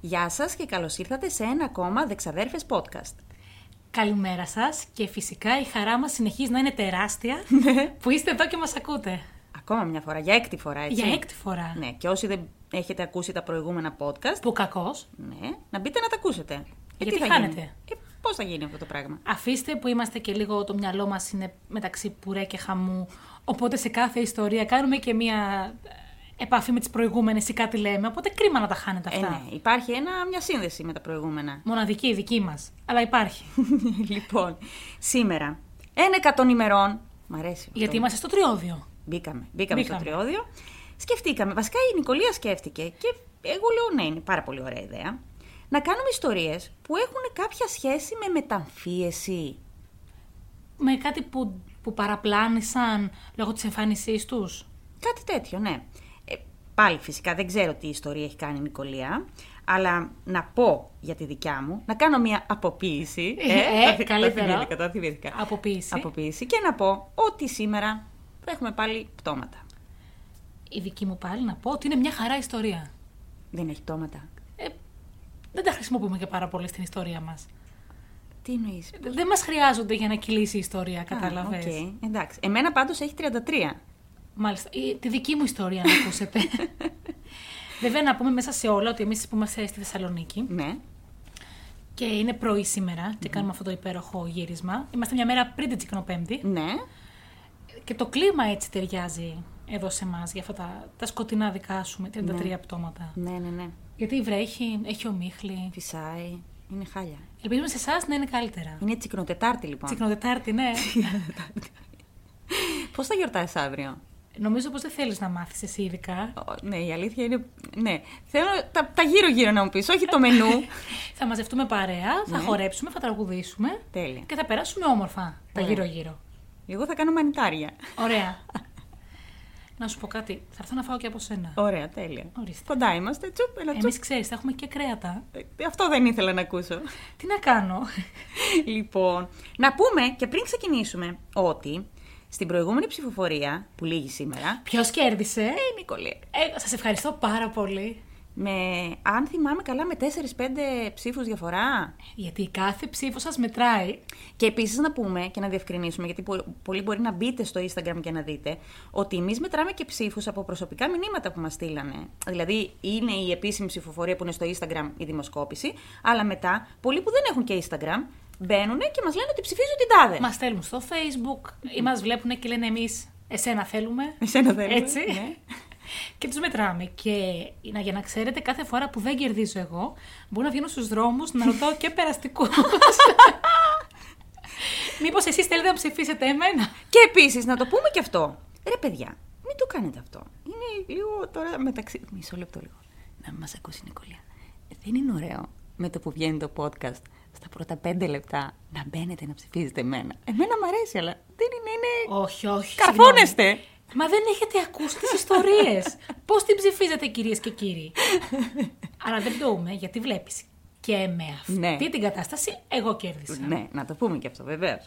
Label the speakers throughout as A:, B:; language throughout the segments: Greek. A: Γεια σας και καλώς ήρθατε σε ένα ακόμα Δεξαδέρφες Podcast.
B: Καλημέρα σας και φυσικά η χαρά μας συνεχίζει να είναι τεράστια
A: Ναι.
B: που είστε εδώ και μας ακούτε.
A: Ακόμα μια φορά, για έκτη φορά έτσι.
B: Για έκτη φορά.
A: Ναι, και όσοι δεν έχετε ακούσει τα προηγούμενα podcast,
B: Που κακός.
A: ναι, να μπείτε να τα ακούσετε. Ε,
B: Γιατί
A: τι θα
B: χάνετε.
A: γίνει? Ε, πώς θα γίνει αυτό το πράγμα.
B: Αφήστε που είμαστε και λίγο, το μυαλό μας είναι μεταξύ πουρέ και χαμού, οπότε σε κάθε ιστορία κάνουμε και μία ε, επαφή με τις προηγούμενες ή κάτι λέμε, οπότε κρίμα να τα χάνετε
A: Ε,
B: αυτά.
A: ναι, υπάρχει ένα, μια σύνδεση με τα προηγούμενα.
B: Μοναδική η δική μας, αλλά υπάρχει.
A: λοιπόν, σήμερα, ένα εκατόν ημερών, μ' αρέσει αυτό.
B: Γιατί είμαστε στο τριώδιο.
A: Μπήκαμε, μπήκαμε,
B: Μπήκαμε.
A: στο τριώδιο. Σκεφτήκαμε. Βασικά η Νικολία σκέφτηκε και εγώ λέω ναι, είναι πάρα πολύ ωραία ιδέα. Να κάνουμε ιστορίες που έχουν κάποια σχέση με μεταμφίεση.
B: Με κάτι που, που παραπλάνησαν λόγω της εμφάνισής τους.
A: Κάτι τέτοιο, ναι. Ε, πάλι φυσικά δεν ξέρω τι ιστορία έχει κάνει η Νικολία, αλλά να πω για τη δικιά μου, να κάνω μια αποποίηση.
B: Ε,
A: τα θυ- τα
B: καλύτερο.
A: θυμήθηκα, τα θυμήθηκα.
B: Αποποίηση.
A: Αποποίηση και να πω ότι σήμερα έχουμε πάλι πτώματα.
B: Η δική μου πάλι να πω ότι είναι μια χαρά ιστορία.
A: Δεν έχει πτώματα.
B: Ε, δεν τα χρησιμοποιούμε και πάρα πολύ στην ιστορία μας.
A: Τι εννοείς.
B: Ε, Δεν μας χρειάζονται για να κυλήσει η ιστορία,
A: Κατάλαβε.
B: κατάλαβες.
A: Εντάξει. Εμένα πάντως έχει 33.
B: Μάλιστα. Η- τη δική μου ιστορία να ακούσετε. Βέβαια να πούμε μέσα σε όλα ότι εμείς που είμαστε στη Θεσσαλονίκη
A: Ναι.
B: και είναι πρωί σήμερα και κάνουμε αυτό το υπέροχο γύρισμα. Είμαστε μια μέρα πριν την Τσικνοπέμπτη
A: Ναι.
B: και το κλίμα έτσι ταιριάζει εδώ σε εμάς για αυτά τα, τα σκοτεινά δικά σου με 33 πτώματα.
A: Ναι, ναι, ναι.
B: Γιατί βρέχει, έχει ομίχλη.
A: Φυσάει. Είναι χάλια.
B: Ελπίζουμε σε εσάς να είναι καλύτερα.
A: Είναι τσικνοτετάρτη λοιπόν.
B: Τσικνοτετάρτη, ναι.
A: Πώς θα γιορτάσεις αύριο.
B: Νομίζω πως δεν θέλεις να μάθεις εσύ ειδικά.
A: Ω, Ναι, η αλήθεια είναι. Ναι. Θέλω τα, τα γύρω-γύρω να μου πεις, όχι το μενού.
B: Θα μαζευτούμε παρέα, θα χορέψουμε, θα τραγουδήσουμε
A: Τέλεια.
B: και θα περάσουμε όμορφα τα
A: Ωραία.
B: γύρω-γύρω.
A: Εγώ θα κάνω μανιτάρια.
B: Ωραία. να σου πω κάτι. Θα έρθω να φάω και από σένα.
A: Ωραία, τέλεια.
B: Ορίστε.
A: Κοντά είμαστε. Τσουπ, ένα τσουπ.
B: Εμείς ξέρεις, θα έχουμε και κρέατα.
A: Ε, Αυτό δεν ήθελα να ακούσω.
B: Τι να κάνω.
A: λοιπόν, να πούμε και πριν ξεκινήσουμε ότι στην προηγούμενη ψηφοφορία που λύγει σήμερα.
B: Ποιος κέρδισε.
A: Ε, η Νικολία.
B: Ε, Σας ευχαριστώ πάρα πολύ.
A: Με, αν θυμάμαι καλά, με 4-5 ψήφους διαφορά.
B: Γιατί η κάθε ψήφο σας μετράει.
A: Και επίσης να πούμε και να διευκρινίσουμε, γιατί πο- πολλοί μπορεί να μπείτε στο Instagram και να δείτε, ότι εμείς μετράμε και ψήφους από προσωπικά μηνύματα που μας στείλανε. Δηλαδή, είναι η επίσημη ψηφοφορία που είναι στο Instagram η δημοσκόπηση, αλλά μετά πολλοί που δεν έχουν και Instagram μπαίνουν και μας λένε ότι ψηφίζουν την τάδε.
B: Μας στέλνουν στο Facebook ή μας βλέπουν και λένε εμείς Εσένα θέλουμε.
A: Εσένα θέλουμε,
B: Έτσι.
A: ναι.
B: Και τους μετράμε. Και να, για να ξέρετε, κάθε φορά που δεν κερδίζω εγώ, μπορώ να βγαίνω στους δρόμους να ρωτάω και περαστικούς. Μήπως εσείς θέλετε να ψηφίσετε εμένα.
A: Και επίσης να το πούμε και αυτό. Ρε παιδιά, μην το κάνετε αυτό. Είναι λίγο τώρα μεταξύ. Μισό λεπτό λίγο. Να μας ακούσει η Νικολία. Δεν είναι ωραίο με το που βγαίνει το podcast στα πρώτα πέντε λεπτά να μπαίνετε να ψηφίζετε εμένα. Εμένα μου αρέσει, αλλά δεν είναι. είναι...
B: Όχι, όχι.
A: Καρφώνεστε.
B: συγγνώμη. Μα δεν έχετε ακούσει τις ιστορίες. Πώς την ψηφίζετε, κυρίες και κύριοι. Αλλά δεν πτωούμε, γιατί βλέπεις. Και με αυτή
A: Ναι.
B: την κατάσταση, εγώ κέρδισα.
A: Ναι, να το πούμε και αυτό, βεβαίως.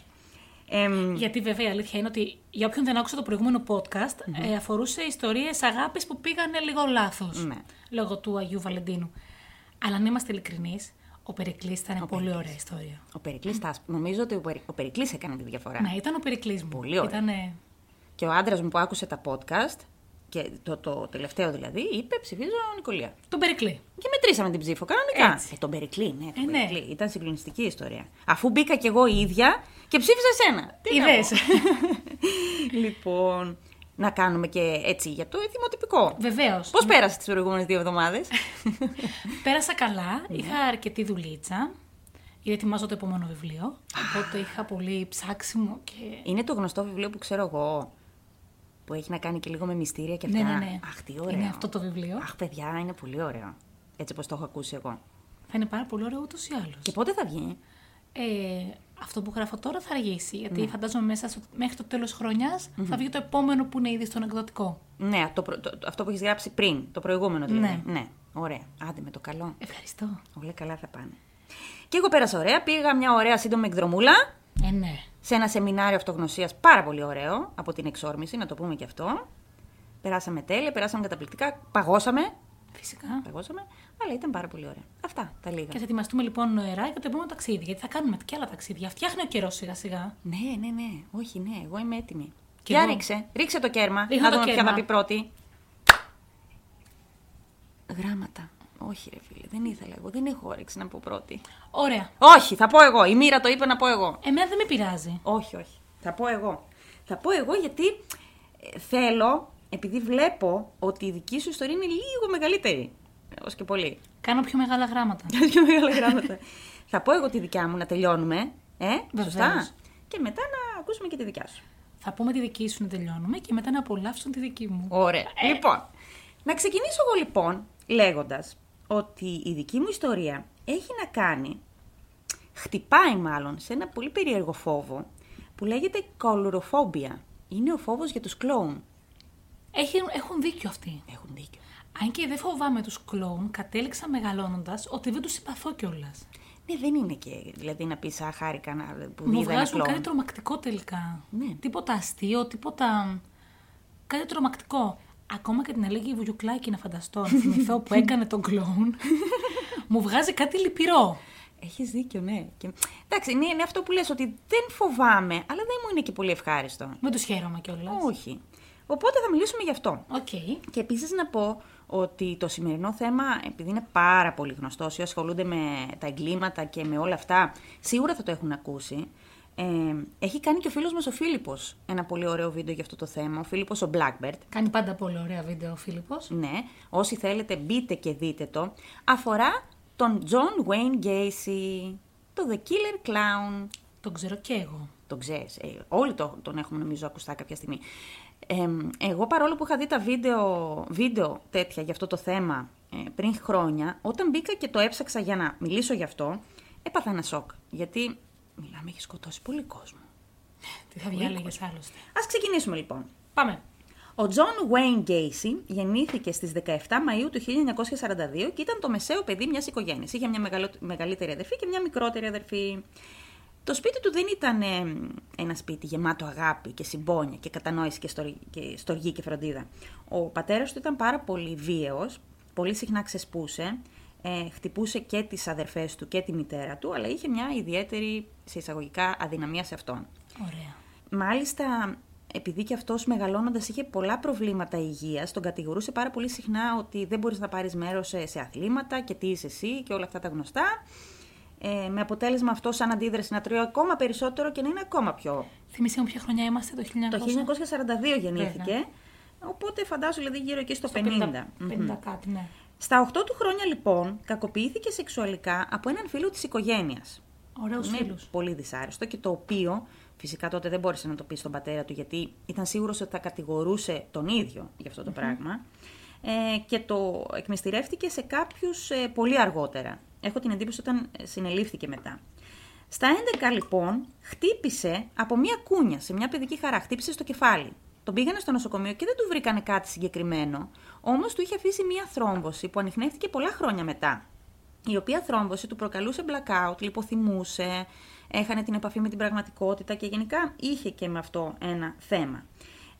B: Γιατί βέβαια η αλήθεια είναι ότι για όποιον δεν άκουσε το προηγούμενο podcast, ε, αφορούσε ιστορίες αγάπης που πήγανε λίγο λάθος.
A: Ναι.
B: Λόγω του Αγίου Βαλεντίνου. Αλλά αν είμαστε ειλικρινείς, ο Περικλής ήταν πολύ ωραία ιστορία.
A: ο Περικλής τα άσπ- Νομίζω ότι ο, Περι... ο Περικλής έκανε τη διαφορά.
B: Ναι, ήταν ο Περικλής μου.
A: Πολύ ωραία.
B: Ήτανε...
A: Και ο άντρας μου που άκουσε τα podcast, και το, το τελευταίο δηλαδή, είπε ψηφίζω Νικολία.
B: Τον Περικλή.
A: Και μετρήσαμε την ψήφο κανονικά.
B: Έτσι.
A: Ε, τον Περικλή, ναι, τον
B: Ε, ναι.
A: Περικλή. Ήταν συγκλονιστική η ιστορία. Αφού μπήκα κι εγώ η ίδια και ψήφισα εσένα. Τι να
B: Ιδέες.
A: πω. λοιπόν, να κάνουμε και έτσι για το εθιμοτυπικό.
B: Βεβαίως.
A: Πώς πέρασε τις προηγούμενες δύο εβδομάδες.
B: Πέρασα καλά,
A: Ναι.
B: είχα αρκετή δουλίτσα. Γιατί ετοιμάζω το επόμενο βιβλίο. Οπότε είχα πολύ ψάξιμο και.
A: Είναι το γνωστό βιβλίο που ξέρω εγώ. Που έχει να κάνει και λίγο με μυστήρια και
B: Ναι,
A: αυτά.
B: ναι, ναι.
A: Αχ, τι ωραίο.
B: Είναι αυτό το βιβλίο.
A: Αχ, παιδιά, είναι πολύ ωραίο. Έτσι όπως το έχω ακούσει εγώ.
B: Θα είναι πάρα πολύ ωραίο ούτως ή άλλως.
A: Και πότε θα βγει.
B: Ε, αυτό που γράφω τώρα θα αργήσει. Γιατί φαντάζομαι μέσα στο- μέχρι το τέλος θα βγει το επόμενο που είναι ήδη στον εκδοτικό.
A: Ναι, το, προ- το- το- αυτό που έχεις γράψει πριν, το προηγούμενο δηλαδή. Ναι. Ωραία. Άντε με το καλό.
B: Ευχαριστώ.
A: Όλα καλά θα πάνε. Και εγώ πέρασα ωραία. Πήγα μια ωραία σύντομη εκδρομούλα
B: Ε, ναι.
A: σε ένα σεμινάριο αυτογνωσίας πάρα πολύ ωραίο από την εξόρμηση, να το πούμε και αυτό. Περάσαμε τέλεια, περάσαμε καταπληκτικά, παγώσαμε.
B: Φυσικά.
A: Παγώσαμε, αλλά ήταν πάρα πολύ ωραία. Αυτά τα λίγα.
B: Και θα ετοιμαστούμε λοιπόν νοερά για το επόμενο ταξίδι. Γιατί θα κάνουμε και άλλα ταξίδια. Φτιάχνει ο καιρός σιγά σιγά.
A: Ναι, ναι, ναι. Όχι, ναι. Εγώ είμαι έτοιμη.
B: Κι
A: Για
B: εγώ.
A: ρίξε. Ρίξε το κέρμα.
B: Ρίχνω
A: να
B: το
A: δούμε ποια
B: κέρμα.
A: θα πει πρώτη. Γράμματα. Όχι, ρε φίλε. Δεν ήθελα εγώ. Δεν έχω όρεξη να πω πρώτη.
B: Ωραία.
A: Όχι, θα πω εγώ. Η μοίρα το είπε να πω εγώ.
B: Εμένα δεν με πειράζει.
A: Όχι, όχι. Θα πω εγώ. Θα πω εγώ γιατί ε, θέλω, επειδή βλέπω ότι η δική σου ιστορία είναι λίγο μεγαλύτερη. Ω και πολύ.
B: Κάνω πιο μεγάλα γράμματα.
A: Κάνεις και μεγάλα γράμματα. θα πω εγώ τη δικιά μου να τελειώνουμε. Ε, σωστά.
B: Βεβαίως.
A: Και μετά να ακούσουμε και τη δικιά σου.
B: θα πούμε τη δική σου να τελειώνουμε και μετά να απολαύσουν τη δική μου.
A: Ωραία. Λοιπόν, να ξεκινήσω εγώ λοιπόν λέγοντας ότι η δική μου ιστορία έχει να κάνει, χτυπάει μάλλον σε ένα πολύ περίεργο φόβο που λέγεται κολουροφόμπια. Είναι ο φόβος για τους κλόουν.
B: Έχει- έχουν δίκιο αυτοί.
A: Έχουν δίκιο.
B: Αν και δεν φοβάμαι τους κλόουν, κατέληξα μεγαλώνοντας ότι δεν τους συμπαθώ κιόλας.
A: Ναι, δεν είναι και, δηλαδή να πεις «Α, χάρηκα να- που είδα
B: Μου
A: ένα
B: βγάζουν κάτι
A: κλόουν».
B: τρομακτικό τελικά.
A: Ναι.
B: Τίποτα αστείο, τίποτα. Κάτι τρομακτικό. Ακόμα και την Αλέγη Βουγιουκλάκη να φανταστώ, να θυμηθώ που έκανε τον κλόουν, μου βγάζει κάτι λυπηρό.
A: Έχεις δίκιο, ναι. Και... Εντάξει, είναι, είναι αυτό που λες ότι δεν φοβάμαι, αλλά δεν μου είναι και πολύ ευχάριστο.
B: Δεν τους χαίρομαι κιόλας. Οκ.
A: Όχι. Οπότε θα μιλήσουμε γι' αυτό. Και επίσης να πω ότι το σημερινό θέμα, επειδή είναι πάρα πολύ γνωστό, όσοι ασχολούνται με τα εγκλήματα και με όλα αυτά, σίγουρα θα το έχουν ακούσει. Ε, έχει κάνει και ο φίλος μας ο Φίλιππος ένα πολύ ωραίο βίντεο για αυτό το θέμα. Ο Φίλιππος ο Blackbird.
B: Κάνει πάντα πολύ ωραία βίντεο ο Φίλιππος.
A: Ναι, όσοι θέλετε μπείτε και δείτε το. Αφορά τον John Wayne Gacy, το The Killer Clown.
B: Τον ξέρω κι εγώ.
A: Τον ξέρεις. Ε, όλοι το, τον έχουμε νομίζω ακουστά κάποια στιγμή. Ε, εγώ παρόλο που είχα δει τα βίντεο, βίντεο τέτοια για αυτό το θέμα ε, πριν χρόνια, όταν μπήκα και το έψαξα για να μιλήσω γι' αυτό, έπαθα ένα σοκ. Γιατί μιλάμε, έχει σκοτώσει πολύ κόσμο.
B: Τι θα διάλεγε άλλωστε.
A: Ας ξεκινήσουμε λοιπόν.
B: Πάμε.
A: Ο Τζον Wayne Γκέισι γεννήθηκε στις 17 Μαΐου του 1942 και ήταν το μεσαίο παιδί μιας οικογένειας. Είχε μια μεγαλο- μεγαλύτερη αδερφή και μια μικρότερη αδερφή. Το σπίτι του δεν ήταν ε, ένα σπίτι γεμάτο αγάπη και συμπόνια και κατανόηση και, στοργ- και στοργή και φροντίδα. Ο πατέρας του ήταν πάρα πολύ βίαιος, πολύ συχνά ξεσπούσε, ε, χτυπούσε και τις αδερφές του και τη μητέρα του, αλλά είχε μια ιδιαίτερη, σε εισαγωγικά, αδυναμία σε αυτόν.
B: Ωραία.
A: Μάλιστα, επειδή και αυτός μεγαλώνοντας είχε πολλά προβλήματα υγείας, τον κατηγορούσε πάρα πολύ συχνά ότι δεν μπορείς να πάρεις μέρος σε, σε αθλήματα και τι είσαι εσύ και όλα αυτά τα γνωστά. Ε, με αποτέλεσμα αυτό, σαν αντίδραση, να τρώει ακόμα περισσότερο και να είναι ακόμα πιο.
B: Θυμήσαι μου ποια χρονιά είμαστε, το 1900.
A: Το 1942 γεννήθηκε. Οπότε φαντάζω δηλαδή γύρω εκεί στο 50.
B: 50,
A: Μμμ.
B: 50 κάτι, ναι.
A: Στα 8 του χρόνια λοιπόν κακοποιήθηκε σεξουαλικά από έναν φίλο της οικογένειας.
B: Ωραίους
A: Είναι
B: φίλους.
A: Ναι. Πολύ δυσάρεστο και το οποίο φυσικά τότε δεν μπόρεσε να το πει στον πατέρα του γιατί ήταν σίγουρος ότι θα κατηγορούσε τον ίδιο για αυτό το πράγμα. Ε, και το εκμυστηρεύτηκε σε κάποιους ε, πολύ αργότερα. Έχω την εντύπωση όταν ε, συνελήφθηκε μετά. Στα 11 λοιπόν χτύπησε από μια κούνια σε μια παιδική χαρά, χτύπησε στο κεφάλι. Τον πήγανε στο νοσοκομείο και δεν του βρήκανε κάτι συγκεκριμένο, όμως του είχε αφήσει μια θρόμβωση που ανοιχνεύτηκε πολλά χρόνια μετά η οποία θρόμβωση του προκαλούσε blackout, λιποθυμούσε, έχανε την επαφή με την πραγματικότητα και γενικά είχε και με αυτό ένα θέμα.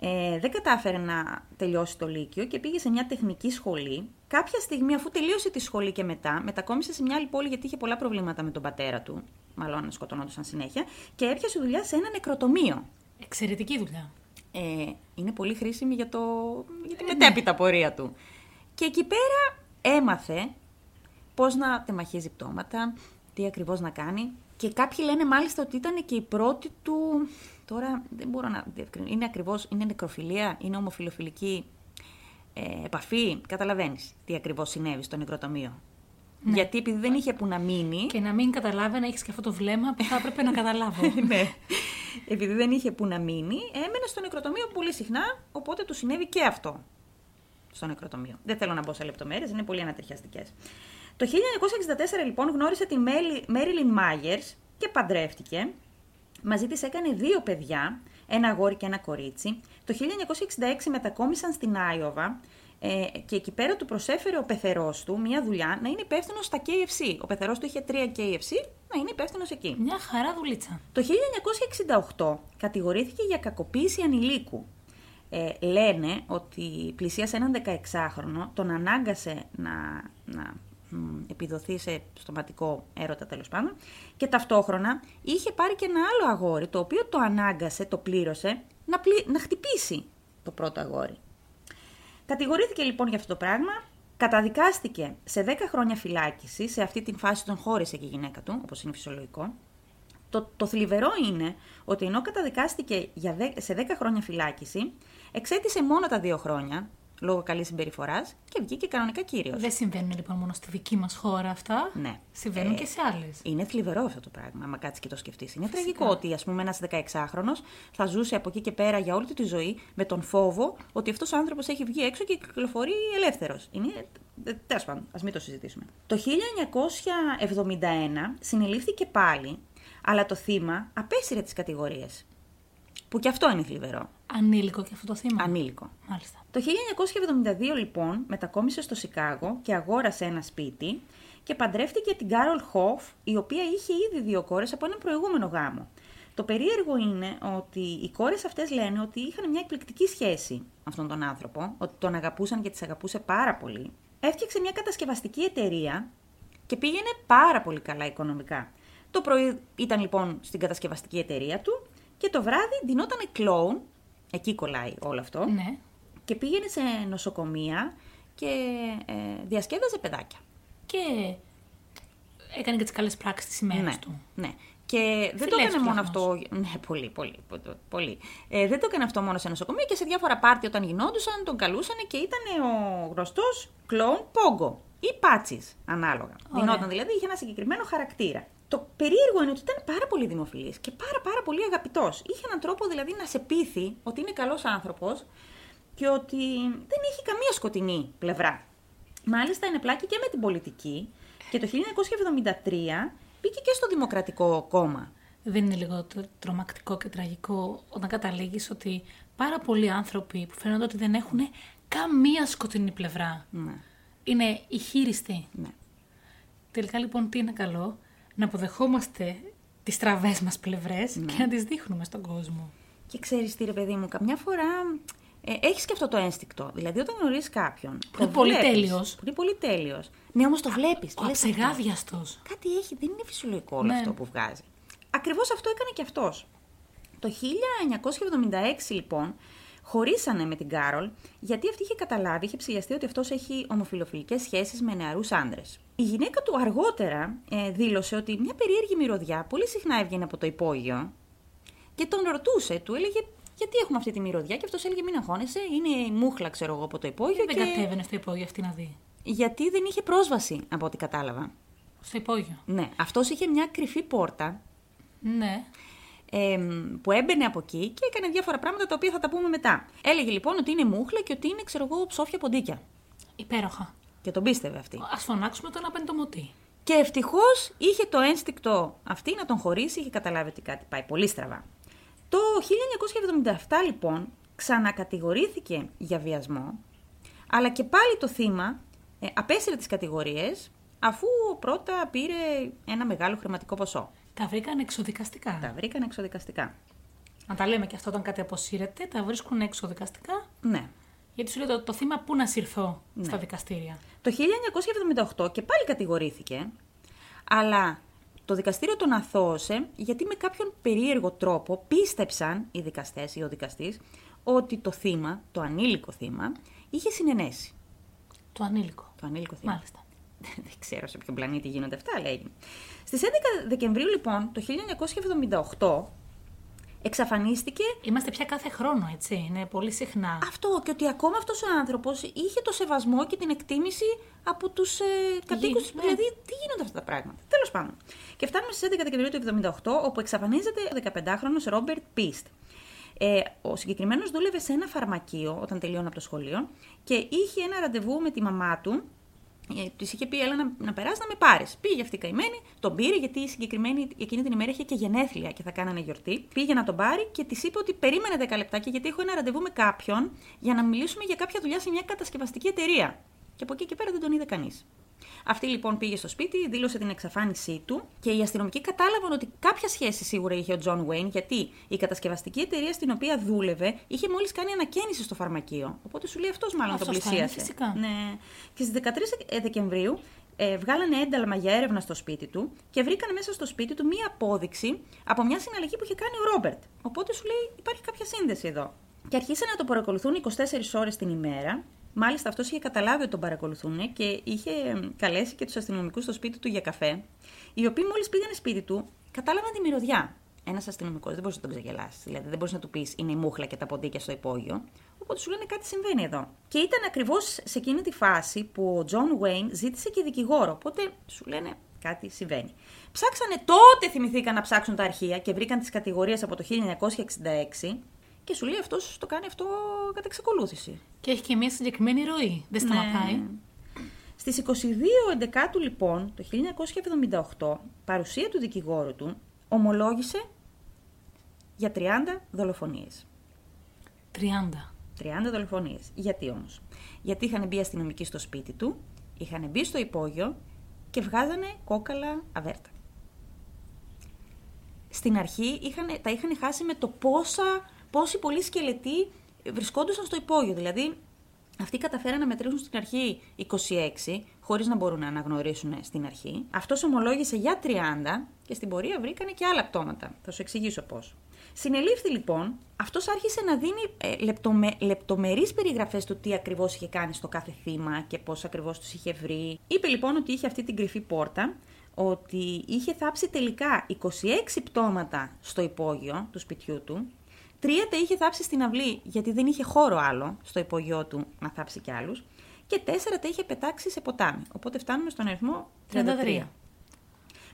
A: Ε, δεν κατάφερε να τελειώσει το Λύκειο και πήγε σε μια τεχνική σχολή. Κάποια στιγμή, αφού τελείωσε τη σχολή και μετά, μετακόμισε σε μια άλλη πόλη γιατί είχε πολλά προβλήματα με τον πατέρα του. Μάλλον σκοτωνόντουσαν συνέχεια και έπιασε δουλειά σε ένα νεκροτομείο.
B: Εξαιρετική δουλειά.
A: Ε, είναι πολύ χρήσιμη για, το, για τη μετέπειτα πορεία του. Και εκεί πέρα έμαθε πώς να τεμαχίζει πτώματα, τι ακριβώς να κάνει. Και κάποιοι λένε μάλιστα ότι ήταν και η πρώτη του... Τώρα δεν μπορώ να διευκρινίσω. Είναι ακριβώς, είναι νεκροφιλία, είναι ομοφιλοφιλική ε, επαφή. Καταλαβαίνεις τι ακριβώς συνέβη στο νεκροτομείο. Γιατί επειδή δεν είχε που να μείνει...
B: Και να μην καταλάβει να έχεις και αυτό το βλέμμα που θα έπρεπε να καταλάβω.
A: ναι. Επειδή δεν είχε που να μείνει, έμενε στο νεκροτομείο πολύ συχνά, οπότε του συνέβη και αυτό στο νεκροτομείο. Δεν θέλω να μπω σε λεπτομέρειες, είναι πολύ ανατριχιαστικές. Το 1964 λοιπόν γνώρισε τη Μέλι- Μέριλιν Μάγερ και παντρεύτηκε. Μαζί της έκανε δύο παιδιά, ένα αγόρι και ένα κορίτσι. Το 1966 μετακόμισαν στην Άιωβα ε, και εκεί πέρα του προσέφερε ο πεθερός του μια δουλειά να είναι υπεύθυνο στα KFC. Ο πεθερός του είχε τρία KFC, να είναι υπεύθυνος εκεί.
B: Μια χαρά δουλίτσα.
A: Το 1968 κατηγορήθηκε για κακοποίηση ανηλίκου. ε, λένε ότι πλησίασε έναν 16χρονο, τον ανάγκασε να, να μ, επιδοθεί σε στοματικό έρωτα τέλος πάντων και ταυτόχρονα είχε πάρει και ένα άλλο αγόρι το οποίο το ανάγκασε, το πλήρωσε να, πλη- να χτυπήσει το πρώτο αγόρι. Κατηγορήθηκε λοιπόν για αυτό το πράγμα, καταδικάστηκε σε 10 χρόνια φυλάκιση, σε αυτή την φάση τον χώρισε και η γυναίκα του, όπως είναι φυσιολογικό, το, το θλιβερό είναι ότι ενώ καταδικάστηκε για δε- σε 10 χρόνια φυλάκιση, εξέτησε μόνο τα 2 χρόνια λόγω καλής συμπεριφοράς και βγήκε κανονικά κύριος.
B: Δεν συμβαίνουν λοιπόν μόνο στη δική μας χώρα αυτά.
A: Ναι.
B: Συμβαίνουν
A: Ε,
B: και σε άλλες.
A: Είναι θλιβερό αυτό το πράγμα, άμα κάτσει και το σκεφτείς. Είναι τραγικό ότι, ας πούμε, ένας 16χρονο θα ζούσε από εκεί και πέρα για όλη του τη ζωή με τον φόβο ότι αυτός ο άνθρωπος έχει βγει έξω και κυκλοφορεί ελεύθερος. Είναι. Τέλος πάντων, ας μην το συζητήσουμε. Το 1971 συνελήφθηκε πάλι, αλλά το θύμα απέσυρε τις κατηγορίες. Που και αυτό είναι θλιβερό.
B: Ανήλικο και αυτό το θύμα.
A: Ανήλικο.
B: Μάλιστα.
A: Το 1972 λοιπόν μετακόμισε στο Σικάγο και αγόρασε ένα σπίτι και παντρεύτηκε την Κάρολ Χόφ, η οποία είχε ήδη δύο κόρες από έναν προηγούμενο γάμο. Το περίεργο είναι ότι οι κόρες αυτές λένε ότι είχαν μια εκπληκτική σχέση με αυτόν τον άνθρωπο, ότι τον αγαπούσαν και τις αγαπούσε πάρα πολύ. Έφτιαξε μια κατασκευαστική εταιρεία και πήγαινε πάρα πολύ καλά οικονομικά. Το πρωί ήταν λοιπόν στην κατασκευαστική εταιρεία του και το βράδυ ντυνότανε κλόουν, εκεί κολλάει όλο αυτό,
B: Ναι.
A: και πήγαινε σε νοσοκομεία και ε, διασκέδαζε παιδάκια.
B: Και έκανε και τις καλές πράξεις της ημέρας
A: ναι,
B: του.
A: ναι. Και δεν το
B: Φιλεύτηκε
A: έκανε μόνο αυτό.
B: αυτός.
A: Ναι, πολύ, πολύ. πο- πολύ. Ε, δεν το έκανε αυτό μόνο σε νοσοκομεία και σε διάφορα πάρτι όταν γινόντουσαν, τον καλούσαν και ήταν ο γνωστός κλόουν Πόγκο ή Πάτσις, ανάλογα.
B: Ωραία.
A: Γινόταν δηλαδή, είχε ένα συγκεκριμένο χαρακτήρα. Το περίεργο είναι ότι ήταν πάρα πολύ δημοφιλής και πάρα, πάρα πολύ αγαπητός. Είχε έναν τρόπο δηλαδή να σε πείθει ότι είναι καλός άνθρωπος και ότι δεν είχε καμία σκοτεινή πλευρά. Μάλιστα είναι πλάκη και με την πολιτική και το 1973 πήγε και στο Δημοκρατικό Κόμμα.
B: Δεν είναι λίγο τ- τρομακτικό και τραγικό όταν καταλήγεις ότι πάρα πολλοί άνθρωποι που φαίνονται ότι δεν έχουν καμία σκοτεινή πλευρά.
A: Ναι,
B: Είναι οι χείριστοι.
A: ναι.
B: Τελικά λοιπόν τι είναι καλό, να αποδεχόμαστε τις τραβές μας πλευρές
A: Ναι.
B: και να τις δείχνουμε στον κόσμο.
A: Και ξέρεις τι, ρε παιδί μου, καμιά φορά ε, έχεις και αυτό το ένστικτο. Δηλαδή, όταν γνωρίζεις κάποιον. το
B: είναι πολύ
A: βλέπεις,
B: τέλειος.
A: Που είναι πολύ τέλειος. Ναι, όμως το βλέπει.
B: Ο αψεγάδιαστος.
A: Κάτι έχει, δεν είναι φυσιολογικό όλο
B: Ναι.
A: αυτό που βγάζει. Ακριβώς αυτό έκανε και αυτός. Το 1976 λοιπόν χωρίσανε με την Κάρολ γιατί αυτή είχε καταλάβει, είχε ψηλιαστεί ότι αυτός έχει ομοφιλοφιλικές σχέσεις με νεαρούς άντρες. Η γυναίκα του αργότερα ε, δήλωσε ότι μια περίεργη μυρωδιά πολύ συχνά έβγαινε από το υπόγειο και τον ρωτούσε, του έλεγε γιατί έχουμε αυτή τη μυρωδιά και αυτός έλεγε μην αγχώνεσαι, είναι η μούχλα ξέρω εγώ από το υπόγειο
B: Δεν
A: και
B: κατέβαινε στο υπόγειο αυτή να δει.
A: γιατί δεν είχε πρόσβαση από ό,τι κατάλαβα.
B: Στο υπόγειο.
A: Ναι, αυτός είχε μια κρυφή πόρτα
B: Ναι.
A: εμ, που έμπαινε από εκεί και έκανε διάφορα πράγματα τα οποία θα τα πούμε μετά. Έλεγε λοιπόν ότι είναι μούχλα και ότι είναι, ξέρω εγώ, ψόφια ποντίκια.
B: Υπέροχα.
A: Και τον πίστευε αυτή.
B: Ας φωνάξουμε τον απεντομωτή.
A: Και ευτυχώς είχε το ένστικτο αυτή να τον χωρίσει, είχε καταλάβει ότι κάτι πάει πολύ στραβά. Το 1977 λοιπόν ξανακατηγορήθηκε για βιασμό, αλλά και πάλι το θύμα ε, απέσυρε τις κατηγορίες αφού πρώτα πήρε ένα μεγάλο χρηματικό ποσό.
B: Τα βρήκαν εξοδικαστικά.
A: Τα βρήκαν εξοδικαστικά.
B: Να τα λέμε και αυτό όταν κάτι αποσύρεται, τα βρίσκουν εξοδικαστικά
A: Ναι,
B: Γιατί σου λέω το, το θύμα πού να συρθώ στα δικαστήρια.
A: Το 1978 και πάλι κατηγορήθηκε, αλλά το δικαστήριο τον αθώωσε γιατί με κάποιον περίεργο τρόπο πίστεψαν οι δικαστές ή ο δικαστής ότι το θύμα, το ανήλικο θύμα, είχε συνενέσει.
B: Το ανήλικο.
A: Το ανήλικο θύμα.
B: Μάλιστα.
A: Δεν ξέρω σε ποιον πλανήτη γίνονται αυτά, αλλά έγινε. Στις 11 Δεκεμβρίου λοιπόν το 1978 εξαφανίστηκε
B: Είμαστε πια κάθε χρόνο, έτσι. Είναι πολύ συχνά.
A: αυτό και ότι ακόμα αυτός ο άνθρωπος είχε το σεβασμό και την εκτίμηση από τους ε, κατοίκους του.
B: ναι.
A: Δηλαδή, τι γίνονται αυτά τα πράγματα. Τέλος πάντων. Και φτάνουμε στις 11 Δεκεμβρίου του 1978, όπου εξαφανίζεται ο 15χρονος Ρόμπερτ Πίστ. Ε, ο συγκεκριμένος δούλευε σε ένα φαρμακείο όταν τελειώνει από το σχολείο και είχε ένα ραντεβού με τη μαμά του ε, Της είχε πει, έλα να, να περάσεις να με πάρεις. Πήγε αυτή η καημένη, τον πήρε γιατί η συγκεκριμένη εκείνη την ημέρα είχε και γενέθλια και θα κάνανε γιορτή. Πήγε να τον πάρει και της είπε ότι περίμενε 10 λεπτάκια γιατί έχω ένα ραντεβού με κάποιον για να μιλήσουμε για κάποια δουλειά σε μια κατασκευαστική εταιρεία. Και από εκεί και πέρα δεν τον είδε κανείς. Αυτή λοιπόν πήγε στο σπίτι, δήλωσε την εξαφάνισή του και οι αστυνομικοί κατάλαβαν ότι κάποια σχέση σίγουρα είχε ο Τζον Wayne, γιατί η κατασκευαστική εταιρεία στην οποία δούλευε είχε μόλις κάνει ανακαίνιση στο φαρμακείο. Οπότε σου λέει αυτός μάλλον
B: Αυτός
A: τον
B: κάνει,
A: πλησίασε.
B: φυσικά.
A: Ναι. Και στις 13 Δεκεμβρίου ε, βγάλανε ένταλμα για έρευνα στο σπίτι του και βρήκαν μέσα στο σπίτι του μία απόδειξη από μια συναλλαγή που είχε κάνει ο Ρόμπερτ. Οπότε σου λέει υπάρχει κάποια σύνδεση εδώ. Και αρχίσαν να το παρακολουθούν 24 ώρες την ημέρα. Μάλιστα αυτός είχε καταλάβει ότι τον παρακολουθούν και είχε ε, καλέσει και τους αστυνομικούς στο σπίτι του για καφέ. Οι οποίοι μόλις πήγαν σπίτι του κατάλαβαν τη μυρωδιά. Ένας αστυνομικός δεν μπορείς να τον ξεγελάσεις. Δηλαδή δεν μπορείς να του πεις είναι η μούχλα και τα ποντίκια στο υπόγειο. Οπότε σου λένε κάτι συμβαίνει εδώ. Και ήταν ακριβώς σε εκείνη τη φάση που ο Τζον Wayne ζήτησε και δικηγόρο. Οπότε σου λένε κάτι συμβαίνει. Ψάξανε τότε, θυμηθήκαν να ψάξουν τα αρχεία και βρήκαν τις κατηγορίες από το 1966. Και σου λέει αυτός το κάνει αυτό κατά εξακολούθηση.
B: Και έχει και μια συγκεκριμένη ροή. Δεν σταματάει.
A: Ναι. Στις 22 Εντεκάτου λοιπόν, το 1978, παρουσία του δικηγόρου του, ομολόγησε για 30 δολοφονίες.
B: 30.
A: 30 δολοφονίες. Γιατί όμως. Γιατί είχαν μπει αστυνομικοί στο σπίτι του, είχαν μπει στο υπόγειο και βγάζανε κόκαλα αβέρτα. Στην αρχή είχαν, τα είχαν χάσει με το πόσα, πόσοι πολλοί σκελετοί βρισκόντουσαν στο υπόγειο. Δηλαδή, αυτοί καταφέραν να μετρήσουν στην αρχή 26, χωρίς να μπορούν να αναγνωρίσουν στην αρχή. Αυτός ομολόγησε για 30 και στην πορεία βρήκανε και άλλα πτώματα. Θα σου εξηγήσω πώς. Συνελήφθη λοιπόν, αυτός άρχισε να δίνει ε, λεπτομε, λεπτομερείς περιγραφές του τι ακριβώς είχε κάνει στο κάθε θύμα και πώς ακριβώς τους είχε βρει. Είπε λοιπόν ότι είχε αυτή την κρυφή πόρτα, ότι είχε θάψει τελικά 26 πτώματα στο υπόγειο του σπιτιού του, Τρία τα είχε θάψει στην αυλή, γιατί δεν είχε χώρο άλλο στο υπογειό του να θάψει κι άλλους. Και τέσσερα τα είχε πετάξει σε ποτάμι. Οπότε φτάνουμε στον αριθμό 33.
B: 33.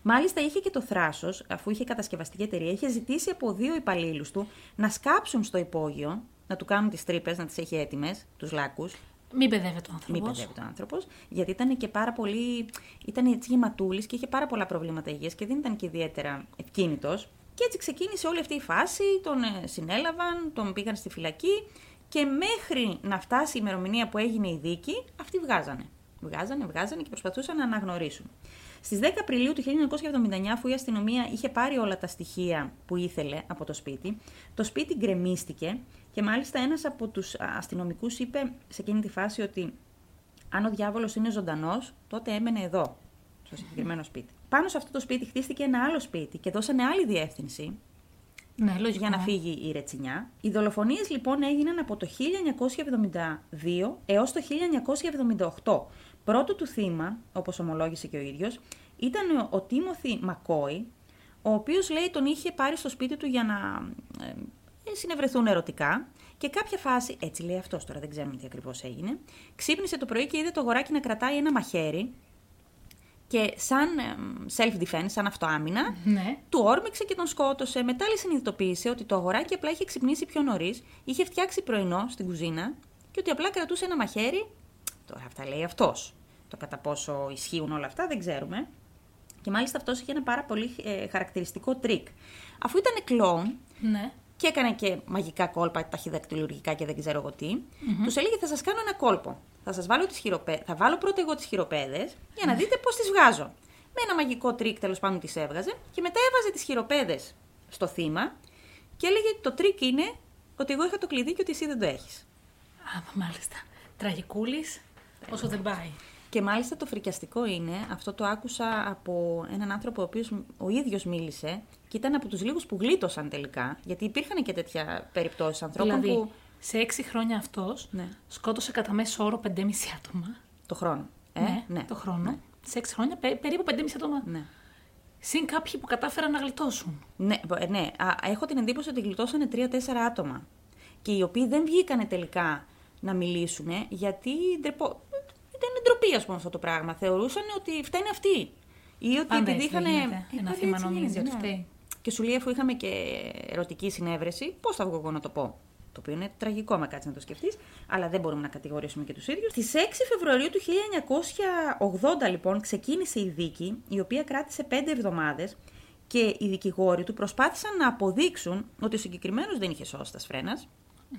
A: Μάλιστα είχε και το θράσος, αφού είχε κατασκευαστική εταιρεία, είχε ζητήσει από δύο υπαλλήλους του να σκάψουν στο υπόγειο, να του κάνουν τις τρύπες, να τις έχει έτοιμες, τους λάκου.
B: Μην παιδεύεται ο άνθρωπος.
A: Μην παιδεύεται ο άνθρωπος, γιατί ήταν και πάρα πολύ. ήταν έτσι γηματούλη και είχε πάρα πολλά προβλήματα υγείας και δεν ήταν και ιδιαίτερα ευκίνητος. Και έτσι ξεκίνησε όλη αυτή η φάση. Τον ε, συνέλαβαν, τον πήγαν στη φυλακή και μέχρι να φτάσει η ημερομηνία που έγινε η δίκη, αυτοί βγάζανε. Βγάζανε, βγάζανε και προσπαθούσαν να αναγνωρίσουν. Στις 10 Απριλίου του 1979, αφού η αστυνομία είχε πάρει όλα τα στοιχεία που ήθελε από το σπίτι, το σπίτι γκρεμίστηκε και μάλιστα ένας από τους αστυνομικούς είπε σε εκείνη τη φάση ότι αν ο διάβολος είναι ζωντανός, τότε έμενε εδώ, στο συγκεκριμένο σπίτι. Πάνω σε αυτό το σπίτι χτίστηκε ένα άλλο σπίτι και δώσανε άλλη διεύθυνση
B: Ναι, λογικό.
A: για να φύγει η ρετσινιά. Οι δολοφονίες λοιπόν έγιναν από το 1972 έως το 1978. Πρώτο του θύμα, όπως ομολόγησε και ο ίδιος, ήταν ο Τίμωθη Μακόη, ο οποίος λέει τον είχε πάρει στο σπίτι του για να ε, συνευρεθούν ερωτικά και κάποια φάση, έτσι λέει αυτός τώρα, δεν ξέρουμε τι ακριβώς έγινε, ξύπνησε το πρωί και είδε το αγοράκι να κρατάει ένα μαχαίρι και σαν εμ, self-defense, σαν αυτοάμυνα,
B: Ναι.
A: του όρμηξε και τον σκότωσε. Μετά άλλη συνειδητοποίησε ότι το αγοράκι απλά είχε ξυπνήσει πιο νωρίς, είχε φτιάξει πρωινό στην κουζίνα και ότι απλά κρατούσε ένα μαχαίρι. Τώρα αυτά λέει αυτός. Το κατά πόσο ισχύουν όλα αυτά δεν ξέρουμε. Και μάλιστα αυτός είχε ένα πάρα πολύ ε, χαρακτηριστικό τρίκ. Αφού ήταν κλόουν
B: ναι.
A: και έκανε και μαγικά κόλπα, ταχυδακτηλουργικά και δεν ξέρω εγώ τι, τους έλεγε θα σας κάνω ένα κόλπο. Θα σας βάλω τις χειροπέ... Θα βάλω πρώτα εγώ τις χειροπέδες για να δείτε πώς τις βγάζω. Με ένα μαγικό τρίκ τέλος πάντων τις έβγαζε και μετά έβαζε τις χειροπέδες στο θύμα και έλεγε το τρίκ είναι ότι εγώ είχα το κλειδί και ότι εσύ δεν το έχεις.
B: Α, μάλιστα. Τραγικούλης όσο δεν πάει.
A: Και μάλιστα το φρικιαστικό είναι, αυτό το άκουσα από έναν άνθρωπο ο οποίος ο ίδιος μίλησε και ήταν από τους λίγους που γλίτωσαν τελικά, γιατί υπήρχαν και τέτοια περιπτώσεις ανθρώπων
B: δηλαδή,
A: που...
B: σε έξι χρόνια αυτός
A: Ναι.
B: σκότωσε κατά μέσο όρο 5,5 άτομα.
A: Το χρόνο. Ε, ναι,
B: το χρόνο. Σε έξι χρόνια πε- περίπου 5,5 άτομα.
A: Ναι.
B: Συν κάποιοι που κατάφεραν να γλιτώσουν.
A: Ναι, ε, ναι. Α, έχω την εντύπωση ότι γλιτώσανε τρία-τέσσερα άτομα. Και οι οποίοι δεν βγήκανε τελικά να μιλήσουν, ε, γιατί ντρεπο... ήταν ντροπή, ας πούμε, αυτό το πράγμα. Θεωρούσαν ότι φταίνε αυτοί. Ή ότι
B: Πάντα
A: επειδή Ε,
B: έτσι δεν
A: είχαν.
B: γίνεται. Ένα θύμα νομίζει
A: ναι.
B: ότι φταίει.
A: Και σου λέει, αφού είχαμε και ερωτική συνέβρεση, πώς θα βγω εγώ να το πω. Το οποίο είναι τραγικό, άμα κάτσεις να το σκεφτείς, αλλά δεν μπορούμε να κατηγορήσουμε και τους ίδιους. Στις 6 Φεβρουαρίου του 1980, λοιπόν, ξεκίνησε η δίκη, η οποία κράτησε 5 εβδομάδες και οι δικηγόροι του προσπάθησαν να αποδείξουν ότι ο συγκεκριμένος δεν είχε σώσει τα σφρένα,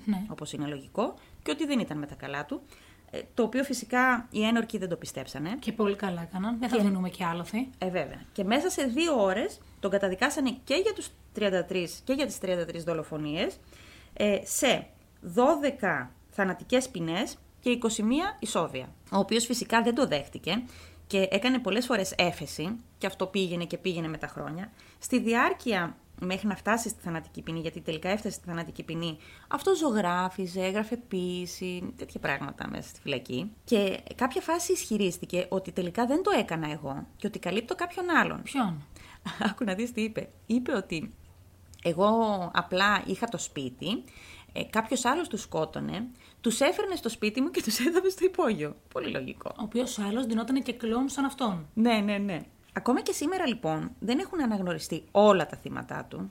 B: Ναι.
A: όπως είναι λογικό, και ότι δεν ήταν με τα καλά του. ε, Το οποίο φυσικά οι ένορκοι δεν το πιστέψανε.
B: Και πολύ καλά έκαναν. Δεν θα δίνουμε και άλοθη.
A: Ε, βέβαια. Και μέσα σε δύο ώρες τον καταδικάσανε και για, τους 33, και για τις 33 δολοφονίες ε, σε 12 θανατικές ποινές και 21 ισόβια. Ο οποίος φυσικά δεν το δέχτηκε και έκανε πολλές φορές έφεση και αυτό πήγαινε και πήγαινε με τα χρόνια. Στη διάρκεια μέχρι να φτάσει στη θανατική ποινή, γιατί τελικά έφτασε στη θανατική ποινή, αυτό ζωγράφιζε, έγραφε ποιήση, τέτοια πράγματα μέσα στη φυλακή. Και κάποια φάση ισχυρίστηκε ότι τελικά δεν το έκανα εγώ και ότι καλύπτω κάποιον άλλον.
B: Ποιον.
A: Άκου να δεις τι είπε. Είπε ότι εγώ απλά είχα το σπίτι, ε, κάποιος άλλος τους σκότωνε, τους έφερνε στο σπίτι μου και τους έδαβε στο υπόγειο. Πολύ λογικό.
B: Ο οποίος άλλο δινόταν και κλόουν σαν αυτόν.
A: Ναι, ναι, ναι. Ακόμα και σήμερα λοιπόν δεν έχουν αναγνωριστεί όλα τα θύματα του.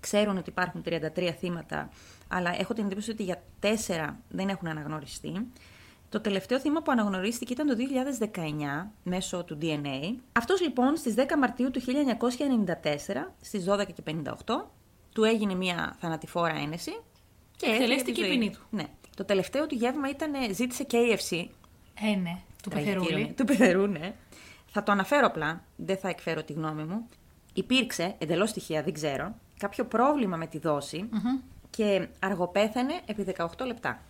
A: Ξέρουν ότι υπάρχουν 33 θύματα, αλλά έχω την εντύπωση ότι για τέσσερα δεν έχουν αναγνωριστεί. Το τελευταίο θύμα που αναγνωρίστηκε ήταν το 2019 μέσω του DNA. Αυτός λοιπόν στις 10 Μαρτίου του 1994 στις 12.58 του έγινε μια θανατηφόρα ένεση.
B: Και εκτελέστηκε
A: έφυγε από τη
B: η
A: ζωή.
B: ποινή του.
A: Ναι. Το τελευταίο του γεύμα ήταν ε, ζήτησε KFC,
B: Ε, ναι, του
A: Τραγική ηρωνία.
B: Πεθερούλη.
A: Του Πεθερού, ναι. Θα το αναφέρω απλά, δεν θα εκφέρω τη γνώμη μου. Υπήρξε, εντελώς στοιχεία, δεν ξέρω, κάποιο πρόβλημα με τη δόση και αργοπέθανε επί 18 λεπτά.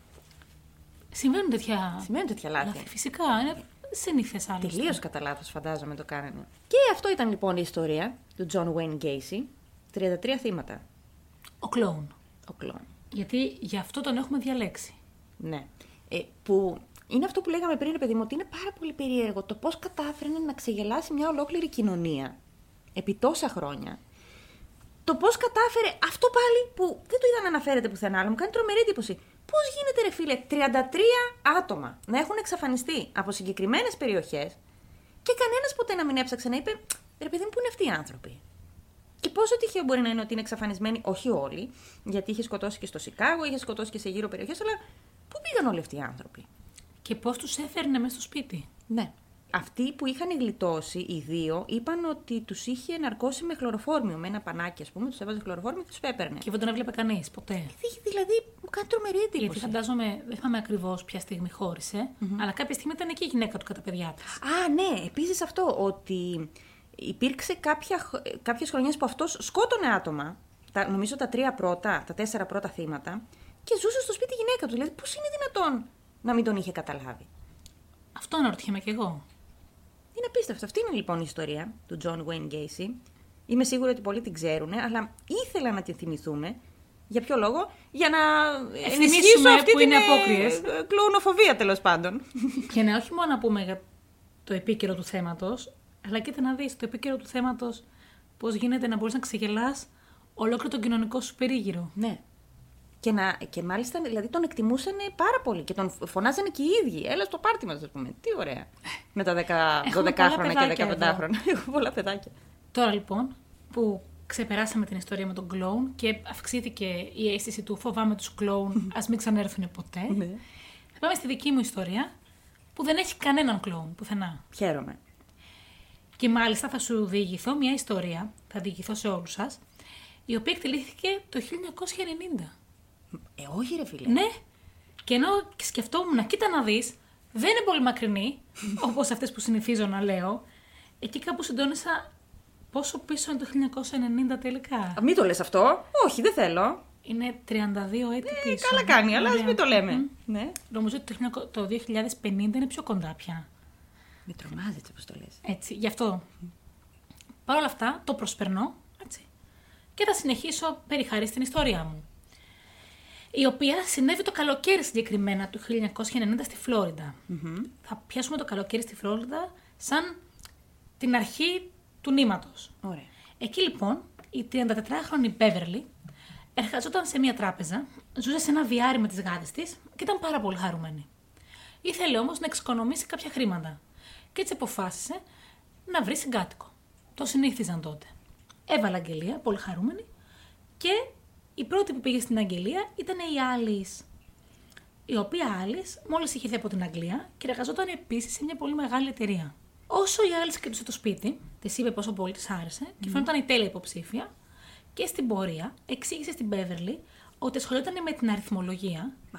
B: Συμβαίνουν τέτοια.
A: Σημαίνει τέτοια λάθη. Ε,
B: λάθη. Φυσικά, είναι συνήθε άλλωστε.
A: Τελείως κατά λάθος, φαντάζομαι το κάνανε. Και αυτό ήταν λοιπόν η ιστορία του John Wayne Gacy. 33 θύματα.
B: Ο κλόουν.
A: Ο κλόν.
B: Γιατί γι' αυτό τον έχουμε διαλέξει.
A: Ναι. Ε, που είναι αυτό που λέγαμε πριν, ρε παιδί μου, ότι είναι πάρα πολύ περίεργο το πώς κατάφερνε να ξεγελάσει μια ολόκληρη κοινωνία επί τόσα χρόνια. Το πώς κατάφερε αυτό πάλι που δεν το είδα να αναφέρεται πουθενά, αλλά μου κάνει τρομερή εντύπωση. Πώς γίνεται, ρε φίλε, 33 άτομα να έχουν εξαφανιστεί από συγκεκριμένες περιοχές και κανένας ποτέ να μην έψαξε να είπε, ρε παιδί μου, πού είναι αυτοί οι άνθρωποι. Και πόσο τυχαίο μπορεί να είναι ότι είναι εξαφανισμένοι, όχι όλοι, γιατί είχε σκοτώσει και στο Σικάγο, είχε σκοτώσει και σε γύρω περιοχές, αλλά πού πήγαν όλοι αυτοί οι άνθρωποι.
B: Και πώς τους έφερνε μέσα στο σπίτι.
A: Ναι. Αυτοί που είχαν γλιτώσει, οι δύο, είπαν ότι τους είχε ναρκώσει με χλωροφόρμιο. Με ένα πανάκι, ας πούμε, τους έβαζε χλωροφόρμιο και τους έπαιρνε.
B: Και δεν τον έβλεπε κανείς ποτέ.
A: Είχε δηλαδή, μου κάνει τρομερή
B: Γιατί
A: εντύπωση.
B: φαντάζομαι, δεν θυμάμαι ακριβώς ποια στιγμή χώρισε, αλλά κάποια στιγμή ήταν και η γυναίκα του κατά παιδιά της.
A: Α, ναι, επίσης αυτό, ότι υπήρξε κάποια, χ- ε, κάποιες χρονιές που αυτός σκότωνε άτομα, τα, νομίζω τα τρία πρώτα, τα τέσσερα πρώτα θύματα, και ζούσε στο σπίτι η γυναίκα του. Δηλαδή, πώς είναι δυνατόν να μην τον είχε καταλάβει.
B: Αυτό αναρωτιέμαι κι εγώ.
A: Είναι απίστευτο. Αυτή είναι λοιπόν η ιστορία του John Wayne Gacy. Είμαι σίγουρη ότι πολλοί την ξέρουν, αλλά ήθελα να την θυμηθούμε. Για ποιο λόγο, για να ενισχύσω
B: Ευθυμίσουμε
A: αυτή
B: Ε, που
A: την
B: είναι
A: ε,
B: απόκριες.
A: ε, κλοουνοφοβία τέλος πάντων.
B: Και να όχι μόνο να πούμε για το επίκαιρο του θέματος, αλλά κοίτα να δεις το επίκαιρο του θέματος πώς γίνεται να μπορείς να ξεγελάς ολόκληρο τον κοινωνικό σου περίγυρο.
A: Ναι. Και, να, και μάλιστα δηλαδή τον εκτιμούσαν πάρα πολύ και τον φωνάζανε και οι ίδιοι. Έλα στο πάρτι μας, ας πούμε. Τι ωραία. Με τα 10,
B: Έχουμε
A: 12
B: πολλά
A: χρόνια και
B: παιδάκια
A: 15 χρόνια. Έχω πολλά παιδάκια.
B: Τώρα λοιπόν που ξεπεράσαμε την ιστορία με τον κλόουν και αυξήθηκε η αίσθηση του φοβάμαι τους κλόουν, ας μην ξανέρθουν ποτέ.
A: Ναι.
B: Θα πάμε στη δική μου ιστορία που δεν έχει κανέναν κλόουν πουθενά.
A: Χαίρομαι.
B: Και μάλιστα θα σου διηγηθώ μια ιστορία, θα διηγηθώ σε όλους σας, η οποία εκτελήθηκε το 1990.
A: Ε, όχι, ρε φίλε.
B: Ναι. Και ενώ σκεφτόμουν, κοίτα να δεις, δεν είναι πολύ μακρινή, όπως αυτές που συνηθίζω να λέω, εκεί κάπου συντόνισα πόσο πίσω είναι το 1990 τελικά.
A: Α, Μην το λες αυτό. Όχι, δεν θέλω.
B: Είναι 32 έτη
A: Ε,
B: πίσω.
A: καλά κάνει, αλλά ας
B: Ωραία.
A: μην το λέμε.
B: Μμμ.
A: Ναι.
B: Νομίζω ότι το 1900 το 2050 είναι πιο κοντά πια.
A: Με τρομάζεις έτσι όπως το λες.
B: Έτσι, γι' αυτό. Παρ' όλα αυτά, το προσπερνώ, έτσι. Και θα συνεχίσω περί χάρη στην ιστορία μου. Η οποία συνέβη το καλοκαίρι συγκεκριμένα του 1990 στη φλοριντα Θα πιάσουμε το καλοκαίρι στη Φλόριντα σαν την αρχή του νήματος.
A: Ωραία.
B: Εκεί λοιπόν η 34χρονη Beverly εργαζόταν σε μια τράπεζα, ζούσε σε ένα διάρρη με τις γάτες της και ήταν πάρα πολύ χαρούμενη. Ήθελε όμως να εξοικονομήσει κάποια χρήματα και έτσι αποφάσισε να βρει συγκάτοικο. Το συνήθιζαν τότε. Έβαλε αγγελία, πολύ χαρούμενη, και η πρώτη που πήγε στην αγγελία ήταν η Άλις. Η οποία άλλη μόλις είχε έρθει από την Αγγλία και εργαζόταν επίσης σε μια πολύ μεγάλη εταιρεία. Όσο η άλλη κοιτούσε το σπίτι, της είπε πόσο πολύ της άρεσε και φαίνονταν η τέλεια υποψήφια, και στην πορεία εξήγησε στην Beverly ότι ασχολιόταν με την αριθμολογία.
A: Α,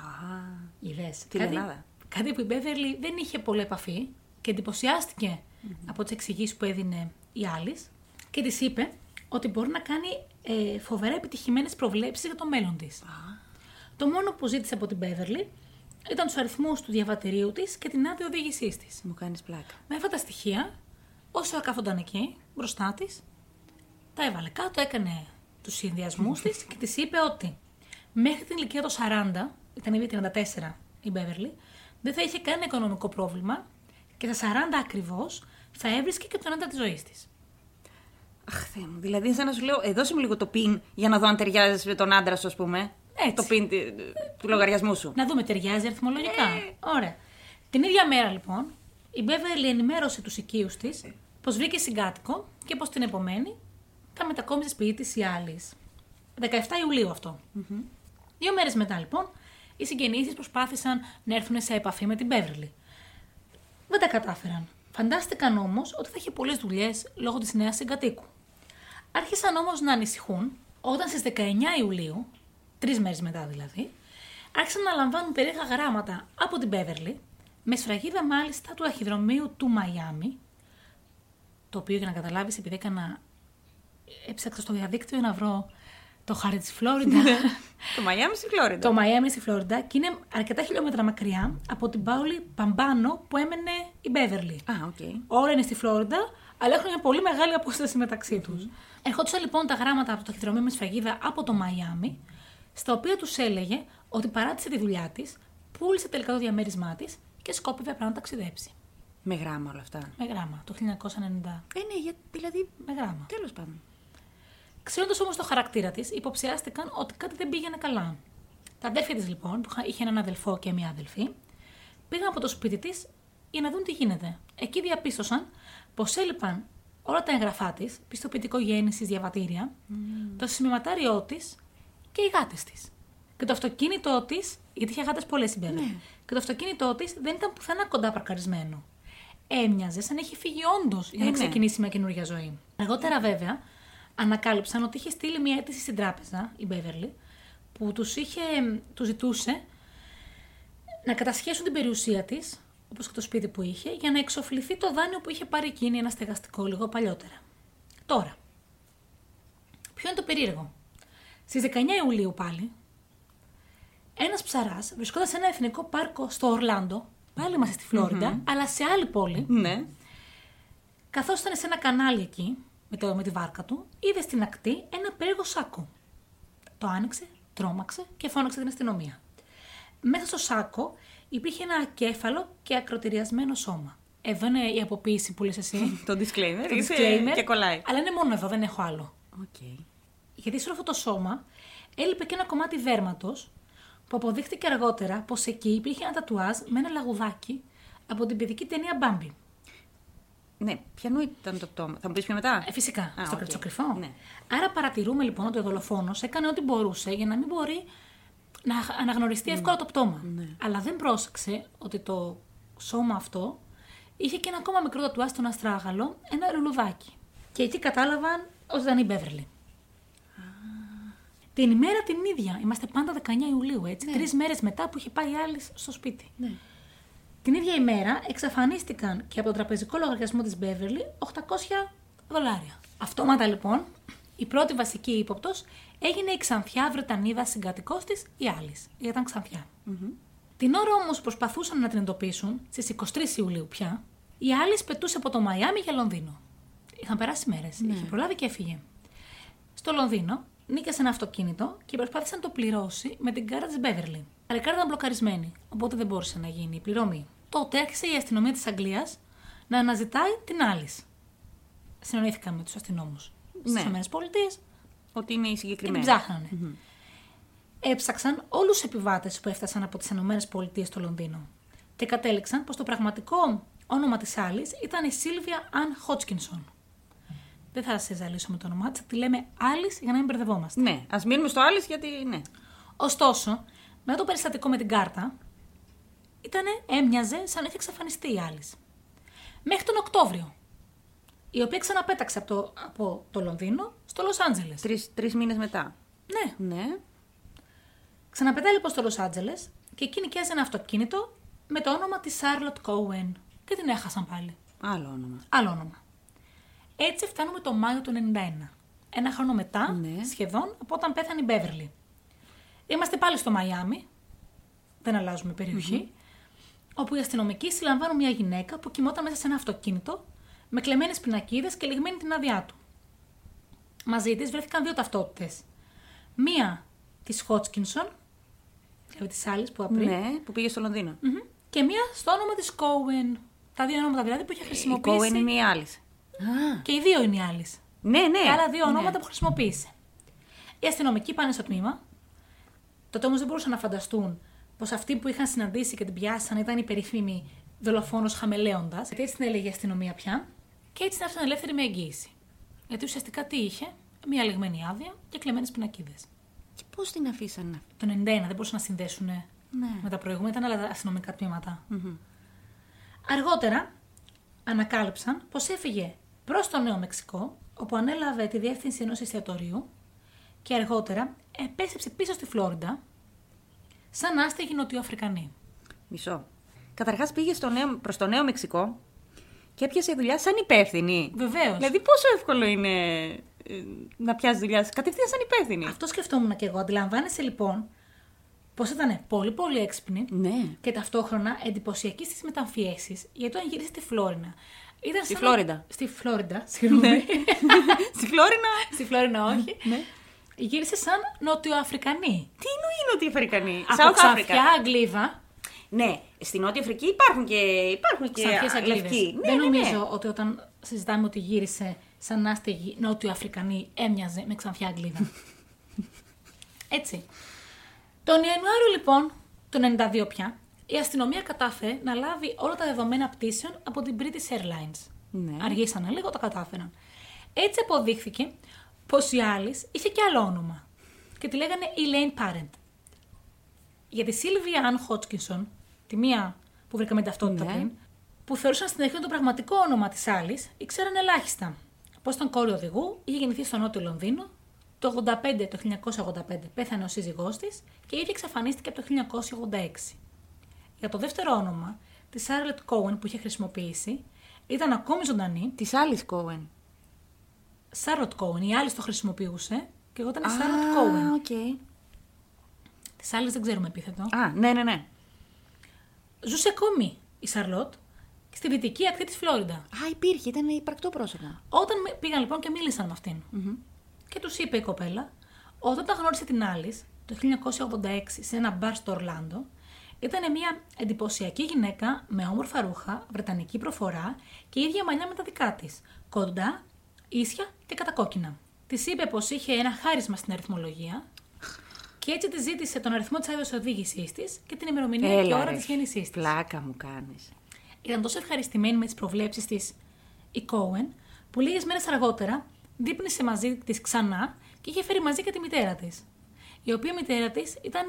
B: Ιδέε.
A: Την Ελλάδα.
B: Κάτι που η Beverly δεν είχε πολλή επαφή και εντυπωσιάστηκε από τις εξηγήσεις που έδινε η Alice και της είπε ότι μπορεί να κάνει ε, φοβερά επιτυχημένες προβλέψεις για το μέλλον της. Το μόνο που ζήτησε από την Beverly ήταν τους αριθμούς του διαβατηρίου της και την άδεια οδήγησής της.
A: Μου κάνεις πλάκα.
B: Με αυτά τα στοιχεία, όσο κάθονταν εκεί μπροστά της, τα έβαλε κάτω, έκανε τους συνδυασμούς της και της είπε ότι μέχρι την ηλικία των 40, ήταν ήδη 34 η Beverly, δεν θα είχε κανένα οικονομικό πρόβλημα και στα 40 ακριβώς θα έβρισκε και τον άντρα της ζωής της.
A: Αχ, Θεέ μου. Δηλαδή, σαν να σου λέω, ε, δώσε μου λίγο το πιν για να δω αν ταιριάζει με τον άντρα σου, ας πούμε.
B: Έτσι.
A: Το πιν τη- του λογαριασμού σου.
B: Να δούμε, ταιριάζει αριθμολογικά. Ωραία. Την ίδια μέρα λοιπόν, η Beverly ενημέρωσε τους οικείους της πως βρήκε συγκάτοικο και πως την επομένη θα μετακόμισε σπίτι της η άλλη. 17 Ιουλίου αυτό. Δύο μέρες μετά λοιπόν, οι συγγενείς της προσπάθησαν να έρθουν σε επαφή με την Beverly. Δεν τα κατάφεραν. Φαντάστηκαν όμως ότι θα είχε πολλές δουλειές λόγω της νέας συγκατοίκου. Άρχισαν όμως να ανησυχούν όταν στις 19 Ιουλίου, τρεις μέρες μετά δηλαδή, άρχισαν να λαμβάνουν περίεργα γράμματα από την Beverly, με σφραγίδα μάλιστα του ταχυδρομείου του Μαϊάμι, το οποίο για να καταλάβεις, επειδή έκανα. έψαξα στο διαδίκτυο να βρω το χάρη της Φλόριντα.
A: Το Μαϊάμι στη Φλόριντα.
B: Το Μαϊάμι στη Φλόριντα και είναι αρκετά χιλιόμετρα μακριά από την Πάολη Παμπάνο που έμενε η Beverly.
A: Α, οκ.
B: Όλα είναι στη Φλόριντα, αλλά έχουν μια πολύ μεγάλη απόσταση μεταξύ τους. Ερχόντουσαν λοιπόν τα γράμματα από το χειροδρομείο με σφραγίδα από το Μαϊάμι, στα οποία τους έλεγε ότι παράτησε τη δουλειά της, πούλησε τελικά το διαμέρισμά της και σκόπευε απλά να ταξιδέψει.
A: Με γράμμα όλα αυτά.
B: Με γράμμα, το 1990.
A: Ε, ναι, για, δηλαδή.
B: Με γράμμα.
A: Τέλος πάντων.
B: Ξέροντας όμως το χαρακτήρα της, υποψιάστηκαν ότι κάτι δεν πήγαινε καλά. Τα αδέρφια της λοιπόν, που είχα- είχε έναν αδελφό και μία αδελφή, πήγαν από το σπίτι της για να δουν τι γίνεται. Εκεί διαπίστωσαν πως έλειπαν όλα τα εγγραφά της, πιστοποιητικό γέννησης, διαβατήρια, το σημειωματάριό της και οι γάτες της. Και το αυτοκίνητό της, γιατί είχε γάτες πολλές συμπέρα, και το αυτοκίνητό της δεν ήταν πουθενά κοντά παρκαρισμένο. Έμοιαζε σαν έχει φύγει όντως
A: Ε,
B: για να
A: ναι.
B: ξεκινήσει ξεκινήσει μια καινούργια ζωή. Αργότερα, βέβαια, ανακάλυψαν ότι είχε στείλει μια αίτηση στην τράπεζα, η Beverly, που τους, είχε, τους ζητούσε να κατασχέσουν την περιουσία της, όπως και το σπίτι που είχε, για να εξοφληθεί το δάνειο που είχε πάρει εκείνη ένα στεγαστικό λίγο παλιότερα. Τώρα, ποιο είναι το περίεργο. Στις 19 Ιουλίου πάλι, ένας ψαράς βρισκόταν σε ένα εθνικό πάρκο στο Ορλάντο, πάλι είμαστε στη φλοριντα αλλά σε άλλη πόλη,
A: Ναι.
B: Καθώς ήταν σε ένα κανάλι εκεί, με, το, με τη βάρκα του, είδε στην ακτή ένα περίεργο σάκο. Το άνοιξε, τρόμαξε και φώναξε την αστυνομία. Μέσα στο σάκο υπήρχε ένα ακέφαλο και ακροτηριασμένο σώμα. Εδώ είναι η αποποίηση που λες εσύ.
A: Το disclaimer.
B: το
A: είσαι-
B: disclaimer.
A: Και κολλάει.
B: Αλλά είναι μόνο εδώ, δεν έχω άλλο.
A: Οκ.
B: Γιατί σε όλο αυτό το σώμα έλειπε και ένα κομμάτι δέρματος που αποδείχτηκε αργότερα πως εκεί υπήρχε ένα τατουάζ με ένα λαγουδάκι από την παιδική ταινία Μπάμπι.
A: Ναι, ποιανού ήταν το πτώμα. Θα μου πεις πιο μετά.
B: Ε, φυσικά.
A: Α,
B: στο
A: οκ.
B: κρυψοκρυφό.
A: Ναι.
B: Άρα παρατηρούμε λοιπόν ότι ο δολοφόνος έκανε ό,τι μπορούσε για να μην μπορεί να
A: Ναι.
B: αναγνωριστεί εύκολα το πτώμα. Αλλά δεν πρόσεξε ότι το σώμα αυτό είχε και ένα ακόμα μικρό τατουά στον αστράγαλο, ένα λουλουδάκι. Και εκεί κατάλαβαν ότι ήταν η Μπέβρελη. Την ημέρα την ίδια, είμαστε πάντα 19 Ιουλίου, έτσι, τρεις μέρες μετά που είχε πάει η άλλη στο σπίτι.
A: Ναι.
B: Την ίδια ημέρα εξαφανίστηκαν και από τον τραπεζικό λογαριασμό της Beverly 800 δολάρια. Αυτόματα λοιπόν, η πρώτη βασική ύποπτος έγινε η ξανθιά Βρετανίδα συγκατοικός της, η Άλις. Η Ήταν ξανθιά. Την ώρα όμως που προσπαθούσαν να την εντοπίσουν, στις 23 Ιουλίου πια, η Άλις πετούσε από το Μαϊάμι για Λονδίνο. Είχαν περάσει μέρες. Είχε προλάβει και έφυγε. Στο Λονδίνο νίκασε ένα αυτοκίνητο και προσπάθησε να το πληρώσει με την κάρτα της Beverly. Αλλά η κάρτα ήταν μπλοκαρισμένη, οπότε δεν μπόρεσε να γίνει η πληρωμή. Τότε άρχισε η αστυνομία της Αγγλίας να αναζητάει την άλλη. Συνονήθηκαν με τους αστυνόμους
A: Ναι.
B: στις ΗΠΑ
A: Ότι είναι η
B: και την
A: συγκεκριμένη.
B: ψάχνανε. Έψαξαν όλους τους επιβάτες που έφτασαν από τις ΗΠΑ στο Λονδίνο και κατέληξαν πως το πραγματικό όνομα της άλλης ήταν η Σίλβια Αν Χότσκινσον. Δεν θα σα ζαλίσω με το όνομά της, θα τη λέμε άλλη για να μην μπερδευόμαστε.
A: Ναι, ας μείνουμε στο άλλη γιατί ναι.
B: Ωστόσο, μετά το περιστατικό με την κάρτα, ήτανε, έμοιαζε σαν είχε εξαφανιστεί η άλλη. Μέχρι τον Οκτώβριο, η οποία ξαναπέταξε από το, από το Λονδίνο στο Λος Άντζελες.
A: Τρεις μήνες μετά.
B: Ναι,
A: Ναι.
B: ξαναπετάει λοιπόν στο Λος Άντζελες και εκεί νοικιάζει ένα αυτοκίνητο με το όνομα της Charlotte Cohen. Και την έχασαν πάλι.
A: Άλλο όνομα.
B: Άλλο όνομα. Έτσι φτάνουμε το Μάιο του 91. Ένα χρόνο μετά,
A: Ναι.
B: σχεδόν από όταν πέθανε η Μπέβερλι. Είμαστε πάλι στο Μαϊάμι. Δεν αλλάζουμε περιοχή,
A: Mm-hmm.
B: Όπου οι αστυνομικοί συλλαμβάνουν μια γυναίκα που κοιμόταν μέσα σε ένα αυτοκίνητο με κλεμμένες πινακίδες και λιγμένη την άδειά του. Μαζί της βρέθηκαν δύο ταυτότητες. Μία της Χότσκινσον, δηλαδή της άλλης που είπα πριν,
A: Ναι, που πήγε στο Λονδίνο.
B: μμμ, και μία στο όνομα της Κόουεν. Τα δύο ονόματα δηλαδή που είχε
A: Η
B: χρησιμοποιήσει.
A: Κόεν είναι η άλλη. Α.
B: Και οι δύο είναι οι άλλε.
A: Ναι, ναι.
B: Τα άλλα δύο
A: Ναι.
B: ονόματα που χρησιμοποίησε. Οι αστυνομικοί πάνε στο τμήμα. Τότε όμως δεν μπορούσαν να φανταστούν πως αυτοί που είχαν συναντήσει και την πιάσαν ήταν η περίφημη δολοφόνος χαμελέοντας. Γιατί έτσι την έλεγε η αστυνομία πια. Και έτσι την άφησαν ελεύθερη με εγγύηση. Γιατί ουσιαστικά τι είχε, μια λεγμένη άδεια και κλεμμένες πινακίδες.
A: Και πώς την αφήσανε αυτή.
B: Το 91 δεν μπορούσαν να συνδέσουν
A: Ναι.
B: με τα προηγούμενα, ήταν άλλα τα αστυνομικά τμήματα. Αργότερα ανακάλυψαν πως έφυγε προς το Νέο Μεξικό, όπου ανέλαβε τη διεύθυνση ενός εστιατορίου και αργότερα επέστρεψε πίσω στη Φλόριντα σαν άστεγη νοτιοαφρικανή.
A: Μισό. Καταρχάς πήγε στο νέο, προς το Νέο Μεξικό και έπιασε δουλειά σαν υπεύθυνη.
B: Βεβαίως.
A: Δηλαδή, πόσο εύκολο είναι ε, να πιάσεις δουλειά σου κατευθείαν σαν υπεύθυνη.
B: Αυτό σκεφτόμουν και εγώ. Αντιλαμβάνεσαι λοιπόν πως ήταν πολύ πολύ έξυπνη
A: Ναι.
B: και ταυτόχρονα εντυπωσιακή στις μεταμφιέσεις γιατί όταν γύρισε στη Φλόρινα. Ήταν
A: Στη
B: σαν-
A: Φλόριντα.
B: Στη Φλόριντα, συγγνώμη.
A: Ναι. Στη Φλόρινα.
B: στη Φλόρινα όχι.
A: ναι.
B: Γύρισε σαν νοτιοαφρικανή.
A: Τι εννοεί ότι Αφρικανή.
B: Από
A: South
B: ξαφιά
A: Africa.
B: Αγγλίβα.
A: Ναι, στη Νότια Αφρική υπάρχουν και. Υπάρχουν και
B: Ξαφιές Αγγλίβες.
A: λευκοί. Ναι,
B: Δεν
A: ναι, ναι.
B: νομίζω ότι όταν συζητάμε ότι γύρισε σαν άστεγη νότιο Αφρικανή έμοιαζε με ξανθιά Αγγλίδα. Έτσι. Τον Ιανουάριο λοιπόν του 92 πια, η αστυνομία κατάφερε να λάβει όλα τα δεδομένα πτήσεων από την British Airlines.
A: Ναι.
B: Αργήσανε λίγο, τα κατάφεραν. Έτσι αποδείχθηκε πως η Άλλη είχε και άλλο όνομα και τη λέγανε Elaine Parent. Για τη Σίλβια Αν Χότκινσον, τη μία που βρήκαμε την ταυτότητα
A: Ναι.
B: πριν, που θεωρούσαν στην αρχή ότι το πραγματικό όνομα της άλλης, ήξεραν ελάχιστα. Πω ήταν κόρη οδηγού, είχε γεννηθεί στο Νότιο Λονδίνο, το 85, το 1985 πέθανε ο σύζυγός της και η ίδια εξαφανίστηκε από το 1986. Για το δεύτερο όνομα, της Σάρλετ Κόουεν που είχε χρησιμοποιήσει, ήταν ακόμη ζωντανή.
A: Της άλλης Κόεν.
B: Σάρλετ Κόουεν, η άλλη το χρησιμοποιούσε και εγώ ήταν η Σάρλετ Κόουεν.
A: οκ.
B: Της άλλης δεν ξέρουμε επίθετο.
A: Α, ναι, ναι, ναι.
B: Ζούσε ακόμη η Σαρλότ στη δυτική ακτή της Φλόριντα.
A: Α, υπήρχε, ήταν υπαρκτό πρόσωπο.
B: Όταν με- πήγαν λοιπόν και μίλησαν με αυτην και τους είπε η κοπέλα, όταν τα γνώρισε την άλλη το 1986 σε ένα μπαρ στο Ορλάντο, ήταν μια εντυπωσιακή γυναίκα με όμορφα ρούχα, βρετανική προφορά και ίδια μαλλιά με τα δικά της. Κοντά, ίσια και κατακόκκινα. Της είπε πως είχε ένα χάρισμα στην αριθμολογία και έτσι τη ζήτησε τον αριθμό της άδειας οδήγησής της και την ημερομηνία και ώρα της γέννησής της.
A: Πλάκα μου κάνεις.
B: Ήταν τόσο ευχαριστημένη με τις προβλέψεις της η Κόουεν, που λίγες μέρες αργότερα δείπνησε μαζί της ξανά και είχε φέρει μαζί και τη μητέρα της. Η οποία μητέρα της ήταν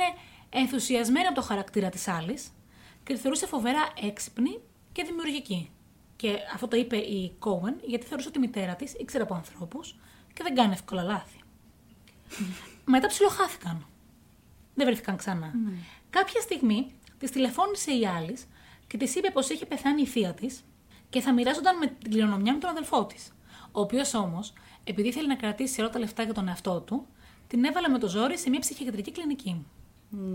B: ενθουσιασμένη από το χαρακτήρα της άλλης και τη θεωρούσε φοβερά έξυπνη και δημιουργική. Και αυτό το είπε η Κόουεν, γιατί θεωρούσε ότι η μητέρα της ήξερε από ανθρώπους και δεν κάνει εύκολα λάθη. Μετά ψιλοχάθηκαν. Δεν βρέθηκαν ξανά. Κάποια στιγμή της τηλεφώνησε η άλλη και της είπε πως είχε πεθάνει η θεία της και θα μοιράζονταν με την κληρονομιά με τον αδελφό της. Ο οποίος όμως, επειδή ήθελε να κρατήσει όλα τα λεφτά για τον εαυτό του, την έβαλε με το ζόρι σε μια ψυχιατρική κλινική.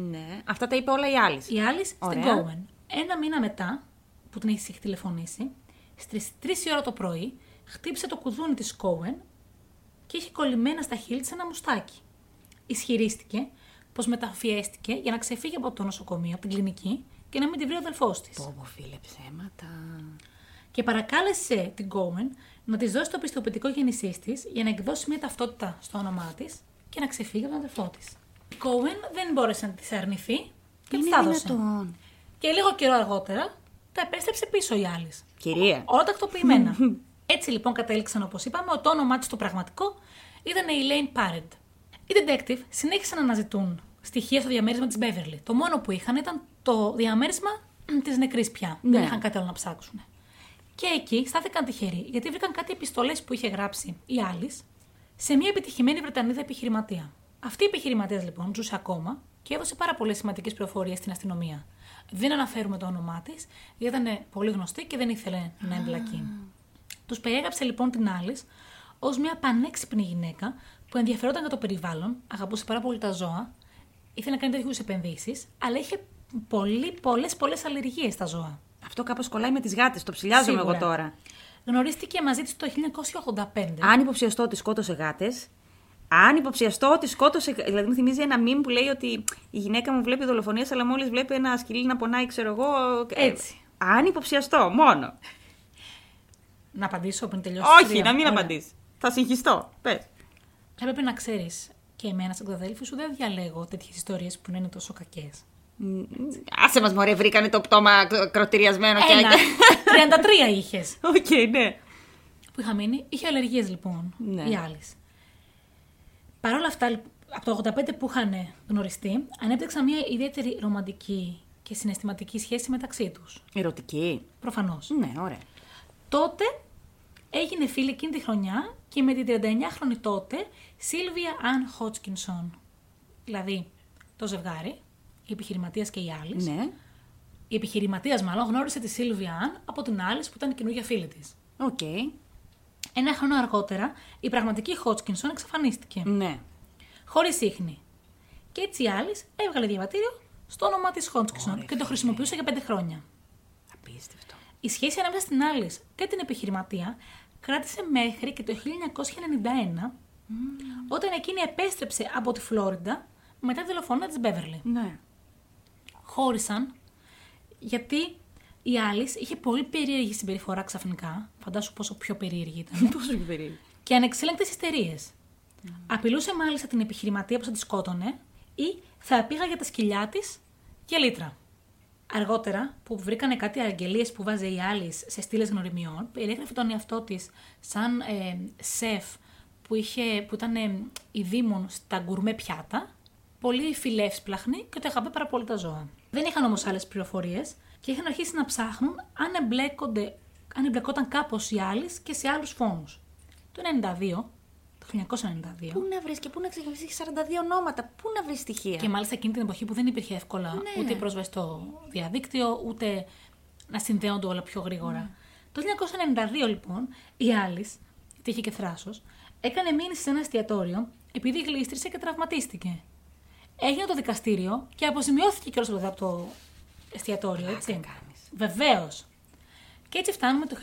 A: Ναι. Αυτά τα είπε όλα οι άλλε.
B: Η άλλη στην
A: Ωραία.
B: Cowen. Ένα μήνα μετά που την έχει τηλεφωνήσει, στις 3 η ώρα το πρωί, χτύπησε το κουδούνι της Cowen και είχε κολλημένα στα χείλη της ένα μουστάκι. Ισχυρίστηκε πω μεταφιέστηκε για να ξεφύγει από το νοσοκομείο, από την κλινική και να μην τη βρει ο αδελφός της.
A: Πω, πω, φίλε, ψέματα.
B: Και παρακάλεσε την Cowen να της δώσει το πιστοποιητικό γέννησή της για να εκδώσει μια ταυτότητα στο όνομά της και να ξεφύγει από τον αδελφό της. Η Cowen δεν μπόρεσε να της αρνηθεί και της τα έδωσε.
A: δυνατόν.
B: Και λίγο καιρό αργότερα τα επέστρεψε πίσω η άλλη.
A: Κυρία.
B: Όλα τακτοποιημένα. Έτσι λοιπόν κατέληξαν, όπως είπαμε, ότι το όνομά της το πραγματικό ήταν η Elaine Parent. Οι detective συνέχισαν να αναζητούν στοιχεία στο διαμέρισμα της Beverly. Το μόνο που είχαν ήταν το διαμέρισμα της νεκρής πια.
A: Ναι.
B: Δεν είχαν κάτι άλλο να ψάξουν. Και εκεί στάθηκαν τυχεροί, γιατί βρήκαν κάτι επιστολές που είχε γράψει η Άλλη σε μια επιτυχημένη Βρετανίδα επιχειρηματία. Αυτή η επιχειρηματίας λοιπόν ζούσε ακόμα και έδωσε πάρα πολλές σημαντικές πληροφορίες στην αστυνομία. Δεν αναφέρουμε το όνομά της, γιατί ήταν πολύ γνωστή και δεν ήθελε να εμπλακεί. Τους περιέγραψε λοιπόν την άλλη ως μια πανέξυπνη γυναίκα που ενδιαφερόταν για το περιβάλλον, αγαπούσε πάρα πολύ τα ζώα, ήθελε να κάνει τέτοιους επενδύσεις, αλλά είχε πολλές, πολλές αλλεργίες στα ζώα.
A: Αυτό κάπως κολλάει με τις γάτες, το ψηλιάζομαι
B: Σίγουρα.
A: εγώ τώρα.
B: Γνωρίστηκε μαζί της το 1985.
A: Αν υποψιαστώ ότι σκότωσε γάτες. Αν υποψιαστώ ότι σκότωσε. Δηλαδή, μου θυμίζει ένα μήνυμα που λέει ότι η γυναίκα μου βλέπει δολοφονίες, αλλά μόλις βλέπει ένα σκυλί να πονάει, ξέρω εγώ. ε,
B: Έτσι.
A: Αν υποψιαστώ, μόνο.
B: Να απαντήσω πριν τελειώσει.
A: Όχι, να μην απαντήσεις. Θα συγχυστώ. Πες.
B: Θα έπρεπε να ξέρεις και εμένα σαν ξαδέλφου σου δεν διαλέγω τέτοιες ιστορίες που να είναι τόσο κακές.
A: Άσε μας, μωρέ, βρήκανε το πτώμα κρο- κροτηριασμένο και.
B: Ένα. 33 είχες
A: Οκ, ναι.
B: που είχα μείνει. Είχε αλλεργίες λοιπόν
A: Ναι.
B: οι άλλες. Παρ' όλα αυτά, λοιπόν, από το 85 που είχαν γνωριστεί, ανέπτυξαν μια ιδιαίτερη ρομαντική και συναισθηματική σχέση μεταξύ τους.
A: Ερωτική.
B: Προφανώς.
A: Ναι, ωραία.
B: Τότε έγινε φίλη εκείνη τη χρονιά και με την 39χρονη τότε Σίλβια Αν Χότσκινσον. Δηλαδή, το ζευγάρι, η επιχειρηματίας και η άλλης.
A: Ναι.
B: Η επιχειρηματίας, μάλλον, γνώρισε τη Σίλβια Αν από την άλλης που ήταν καινούργια φίλη της.
A: Οκ.
B: Ένα χρόνο αργότερα, η πραγματική Χότσκινσον εξαφανίστηκε.
A: Ναι.
B: Χωρίς ίχνη. Και έτσι η άλλης έβγαλε διαβατήριο στο όνομα της Χότσκινσον και το χρησιμοποιούσε για πέντε χρόνια.
A: Απίστευτο.
B: Η σχέση ανάμεσα στην άλλης και την επιχειρηματία κράτησε μέχρι και το 1991, όταν εκείνη επέστρεψε από τη Φλόριντα μετά τη δολοφονία της Μπέβερλι.
A: Ναι.
B: Χώρισαν γιατί η άλλη είχε πολύ περίεργη συμπεριφορά ξαφνικά. Φαντάσου πόσο πιο περίεργη ήταν.
A: Τόσο περίεργο.
B: και ανεξέλεγκτες ιστερίες. Απειλούσε μάλιστα την επιχειρηματία που θα τη σκότωνε ή θα πήγα για τα σκυλιά της και λίτρα. Αργότερα, που βρήκανε κάτι αγγελίες που βάζε η άλλη σε στήλες γνωριμιών, περιέγραφε τον εαυτό της σαν ε, σεφ που, είχε, που ήταν ε, η δήμον στα γκουρμέ πιάτα, πολύ φιλεύσπλαχνη και ότι αγαπάει πάρα πολύ τα ζώα. Δεν είχαν όμως άλλες πληροφορίες και είχαν αρχίσει να ψάχνουν αν, εμπλέκονται, αν εμπλεκόταν κάπως η άλλη και σε άλλους φόνους. Το 92, το 1992,
A: Πού να βρεις και πού να ξεκινήσει, έχει 42 ονόματα. Πού να βρεις στοιχεία.
B: και μάλιστα εκείνη την εποχή που δεν υπήρχε εύκολα ούτε η πρόσβαση στο διαδίκτυο, ούτε να συνδέονται όλα πιο γρήγορα. Το 1992 λοιπόν, η Άλλη, γιατί είχε και θράσος, έκανε μήνυση σε ένα εστιατόριο επειδή γλίστρησε και τραυματίστηκε. Έγινε το δικαστήριο και αποζημιώθηκε κιόλας από το εστιατόριο, έτσι.
A: κάνεις.
B: Βεβαίως. Και έτσι φτάνουμε το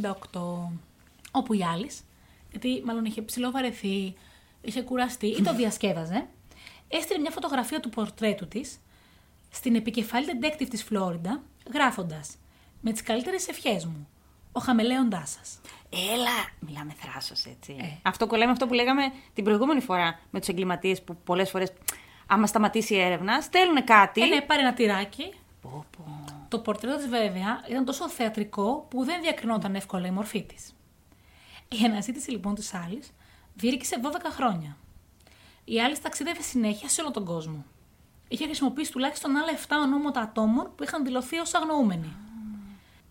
B: 1998, όπου η άλλη, γιατί μάλλον είχε ψηλοβαρεθεί, είχε κουραστεί ή το διασκέδαζε, έστειλε μια φωτογραφία του πορτρέτου της στην επικεφαλή detective της Φλόριντα, γράφοντας Με τις καλύτερες ευχές μου, ο χαμελέοντάς σας.
A: Έλα! Μιλάμε θράσος, έτσι.
B: Ε.
A: Αυτό κολλάει με αυτό που λέγαμε την προηγούμενη φορά με τους εγκληματίες που πολλές φορές, άμα σταματήσει η έρευνα, στέλνουν κάτι.
B: Ένα πάρε ένα τυράκι.
A: Πω, πω.
B: Το πορτρέτο της, βέβαια, ήταν τόσο θεατρικό που δεν διακρινόταν εύκολα η μορφή της. Η αναζήτηση λοιπόν της άλλης διήρκησε 12 χρόνια. Η άλλη ταξίδευε συνέχεια σε όλο τον κόσμο. Είχε χρησιμοποιήσει τουλάχιστον άλλα 7 ονόματα ατόμων που είχαν δηλωθεί ως αγνοούμενοι.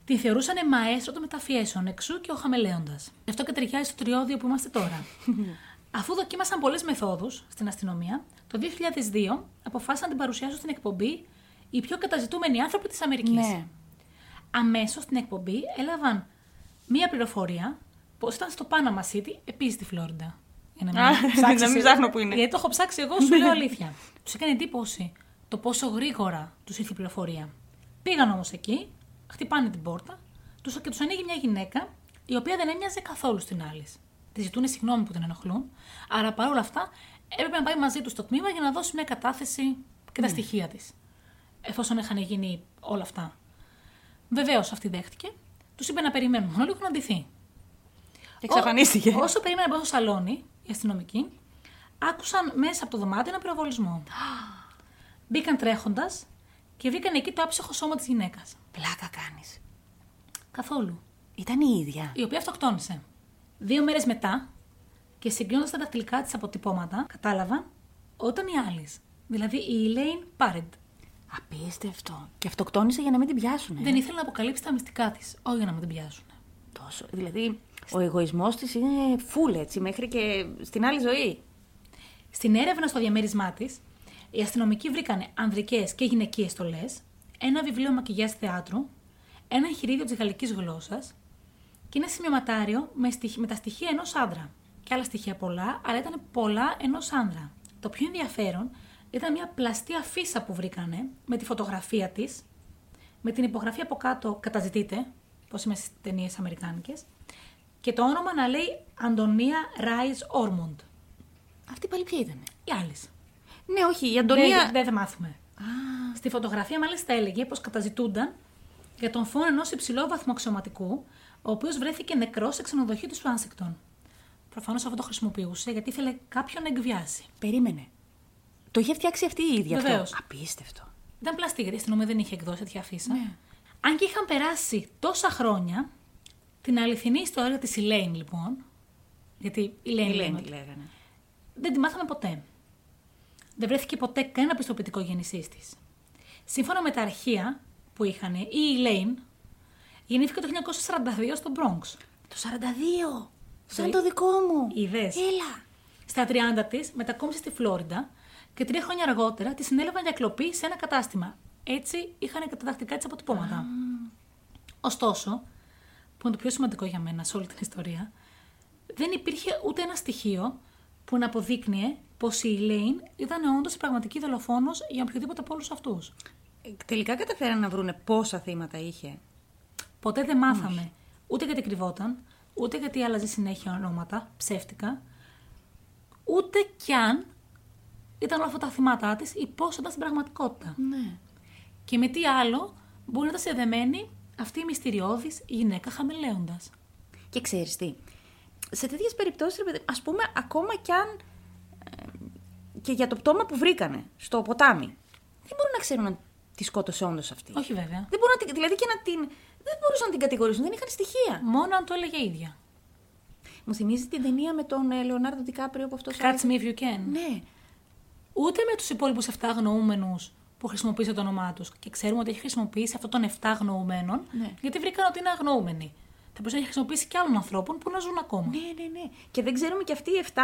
B: Τη θεωρούσαν μαέστρο των μεταφιέσεων, εξού και ο χαμελέοντας. Γι' αυτό και ταιριάζει στο τριώδιο που είμαστε τώρα. Αφού δοκίμασαν πολλές μεθόδους στην αστυνομία, το 2002 αποφάσισαν να την παρουσιάσουν στην εκπομπή οι πιο καταζητούμενοι άνθρωποι της Αμερικής.
A: Ναι.
B: Αμέσως στην εκπομπή έλαβαν μία πληροφορία πω ήταν στο Panama City, επίσης στη Φλόριντα. Για
A: Α,
B: ψάξεις
A: να μην
B: εσύ.
A: ψάχνω που είναι.
B: Γιατί το έχω ψάξει εγώ, σου λέω αλήθεια. Τους έκανε εντύπωση το πόσο γρήγορα τους ήρθε η πληροφορία. Πήγαν όμως εκεί, χτυπάνε την πόρτα τους, και τους ανοίγει μια γυναίκα η οποία δεν έμοιαζε καθόλου στην άλλη. Τη ζητούν συγγνώμη που την ενοχλούν, αλλά παρόλα αυτά έπρεπε να πάει μαζί τους στο τμήμα για να δώσει μια κατάθεση
A: Ναι.
B: και τα στοιχεία της. Εφόσον είχαν γίνει όλα αυτά. Βεβαίως αυτή δέχτηκε. Τους είπε να περιμένουν μόνο λίγο να ντυθεί.
A: Και εξαφανίστηκε.
B: Ό- Όσο περίμενα να μπω στο σαλόνι, οι αστυνομικοί, άκουσαν μέσα από το δωμάτιο ένα πυροβολισμό. Μπήκαν τρέχοντας και βρήκαν εκεί το άψυχο σώμα της γυναίκας.
A: Πλάκα κάνεις.
B: Καθόλου.
A: Ήταν η ίδια.
B: Η οποία αυτοκτόνησε. Δύο μέρες μετά, και συγκρίνοντας τα δακτυλικά της αποτυπώματα, κατάλαβαν όταν η άλλη, δηλαδή η Elaine Πάρεντ,
A: Απίστευτο. Και αυτοκτόνησε για να μην την πιάσουν.
B: δεν ήθελε να αποκαλύψει τα μυστικά της, όχι για να μην την πιάσουν.
A: Τόσο. Δηλαδή, ο εγωισμός της είναι φουλ έτσι, μέχρι και στην άλλη ζωή.
B: Στην έρευνα στο διαμέρισμά της, Οι αστυνομικοί βρήκανε ανδρικές και γυναικείες στολές, ένα βιβλίο μακιγιάς θεάτρου, ένα εγχειρίδιο της γαλλικής γλώσσας και ένα σημειωματάριο με, στοιχ- με τα στοιχεία ενός άντρα. Και άλλα στοιχεία πολλά, αλλά ήταν πολλά ενός άντρα. Το πιο ενδιαφέρον ήταν μια πλαστή αφίσα που βρήκανε με τη φωτογραφία της, με την υπογραφή από κάτω Καταζητείτε, πώς είμαι στις ταινίες Αμερικάνικες, και το όνομα να λέει Αντωνία Ράι Όρμοντ.
A: Αυτή πάλι ποια ήταν.
B: Οι άλλε.
A: Ναι, όχι, η Αντωνία.
B: Δεν, δεν θα μάθουμε. Στη φωτογραφία μάλιστα έλεγε πως καταζητούνταν για τον φόνο ενός υψηλόβαθμου αξιωματικού, ο οποίος βρέθηκε νεκρός σε ξενοδοχείο της Ουάνσικτον. Προφανώς αυτό το χρησιμοποιούσε γιατί ήθελε κάποιον να εκβιάσει.
A: Περίμενε. Το είχε φτιάξει αυτή η ίδια
B: Βεβαίως.
A: αυτό. Απίστευτο.
B: Ήταν πλαστή γιατί η αστυνομία δεν είχε εκδώσει τέτοια αφίσα.
A: Ναι.
B: Αν και είχαν περάσει τόσα χρόνια, την αληθινή ιστορία της Elaine λοιπόν, γιατί η Elaine, λέμε
A: Ελένη
B: ότι-
A: λέγανε.
B: δεν τη μάθαμε ποτέ. Δεν βρέθηκε ποτέ κανένα πιστοποιητικό γέννησής της. Σύμφωνα με τα αρχεία που είχαν, η Elaine γεννήθηκε το 1942 στο Bronx.
A: Το 42. Σαν
B: Το-
A: το δικό μου.
B: Είδες.
A: Έλα.
B: Στα 30 της μετακόμισε στη Φλόριντα και τρία χρόνια αργότερα τη συνέλαβαν για κλοπή σε ένα κατάστημα. Έτσι είχαν και τα δακτικά τη αποτυπώματα. Ωστόσο, που είναι το πιο σημαντικό για μένα σε όλη την ιστορία, δεν υπήρχε ούτε ένα στοιχείο που να αποδείκνυε πως η Elaine ήταν όντως η πραγματική δολοφόνος για οποιοδήποτε από όλους αυτούς.
A: Ε, Τελικά καταφέραν να βρούνε πόσα θύματα είχε.
B: Ποτέ δεν μάθαμε ούτε γιατί κρυβόταν, ούτε γιατί άλλαζε συνέχεια ονόματα, ψεύτικα, ούτε κι αν ήταν όλα αυτά τα θυμάτά της ή πώς ήταν στην πραγματικότητα.
A: Ναι.
B: Και με τι άλλο μπορεί να ήταν συνδεμένη αυτή η μυστηριώδης γυναίκα χαμηλέοντας.
A: Και ξέρεις τι. Σε τέτοιες περιπτώσεις, ας πούμε, ακόμα κι αν. ε, και για το πτώμα που βρήκανε στο ποτάμι. Δεν μπορούν να ξέρουν αν τη σκότωσε όντως αυτή.
B: Όχι βέβαια.
A: Δεν μπορούν να την, δηλαδή και να την. Δεν μπορούσαν να την κατηγορήσουν, δεν είχαν στοιχεία.
B: Μόνο αν το έλεγε η ίδια.
A: Μου θυμίζει την ταινία με τον ε, Λεωνάρντο Ντικάπριο που αυτός.
B: Catch me if you can.
A: Ναι.
B: Ούτε με τους υπόλοιπους 7 αγνοούμενους που χρησιμοποίησε το όνομά τους. Και ξέρουμε ότι έχει χρησιμοποιήσει αυτόν των 7 αγνοούμενων,
A: Ναι.
B: γιατί βρήκαν ότι είναι αγνοούμενοι. Θα μπορούσε να έχει χρησιμοποιήσει και άλλων ανθρώπων που να ζουν ακόμα.
A: Ναι, ναι, ναι. Και δεν ξέρουμε και αυτοί οι 7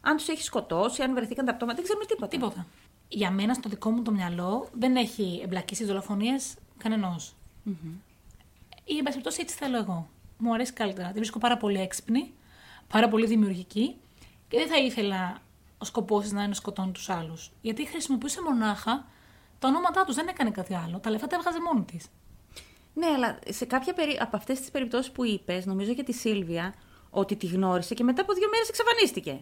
A: αν τους έχει σκοτώσει, αν βρεθήκαν τα πτώματα. Δεν ξέρουμε τίποτα.
B: Τίποτα. Για μένα, στο δικό μου το μυαλό, δεν έχει εμπλακεί στι δολοφονίες κανενός. Ή, εν πάση περιπτώσει, έτσι θέλω εγώ. Μου αρέσει καλύτερα. Τη βρίσκω πάρα πολύ έξυπνη, πάρα πολύ δημιουργική και δεν θα ήθελα ο σκοπός της να είναι να σκοτώνει τους άλλους. Γιατί χρησιμοποιούσε μονάχα τα ονόματά τους, δεν έκανε κάτι άλλο. Τα λεφτά τα έβγαζε μόνη της.
A: Ναι, αλλά σε κάποια περι... από αυτές τις περιπτώσεις που είπες, νομίζω για τη Σίλβια, ότι τη γνώρισε και μετά από δύο μέρες εξαφανίστηκε.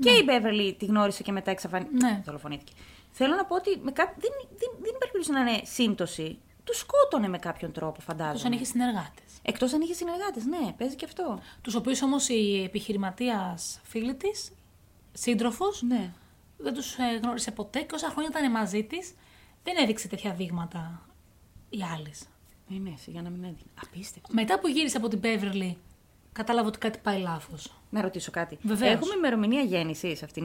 A: Και η Μπέβερλι τη γνώρισε και μετά εξαφανίστηκε.
B: Ναι.
A: Δολοφονήθηκε. Θέλω να πω ότι με κά... δεν, δεν, δεν υπάρχει περίπτωση να είναι σύμπτωση. Τους σκότωνε με κάποιον τρόπο,
B: Του
A: φαντάζομαι.
B: αν είχε συνεργάτες.
A: Εκτός αν είχε συνεργάτες, ναι, παίζει και αυτό.
B: Τους οποίους όμως η επιχειρηματίας φίλη της, σύντροφος,
A: Ναι.
B: δεν τους γνώρισε ποτέ και όσα χρόνια ήταν μαζί της, δεν έδειξε τέτοια δείγματα οι άλλε.
A: Ε, ναι, σε- για να μην έδινε. Απίστευτο.
B: Μετά που γύρισε από την Beverly, κατάλαβα ότι κάτι πάει λάθος.
A: Να ρωτήσω κάτι.
B: Βεβαίως.
A: Έχουμε ημερομηνία γέννησης αυτήν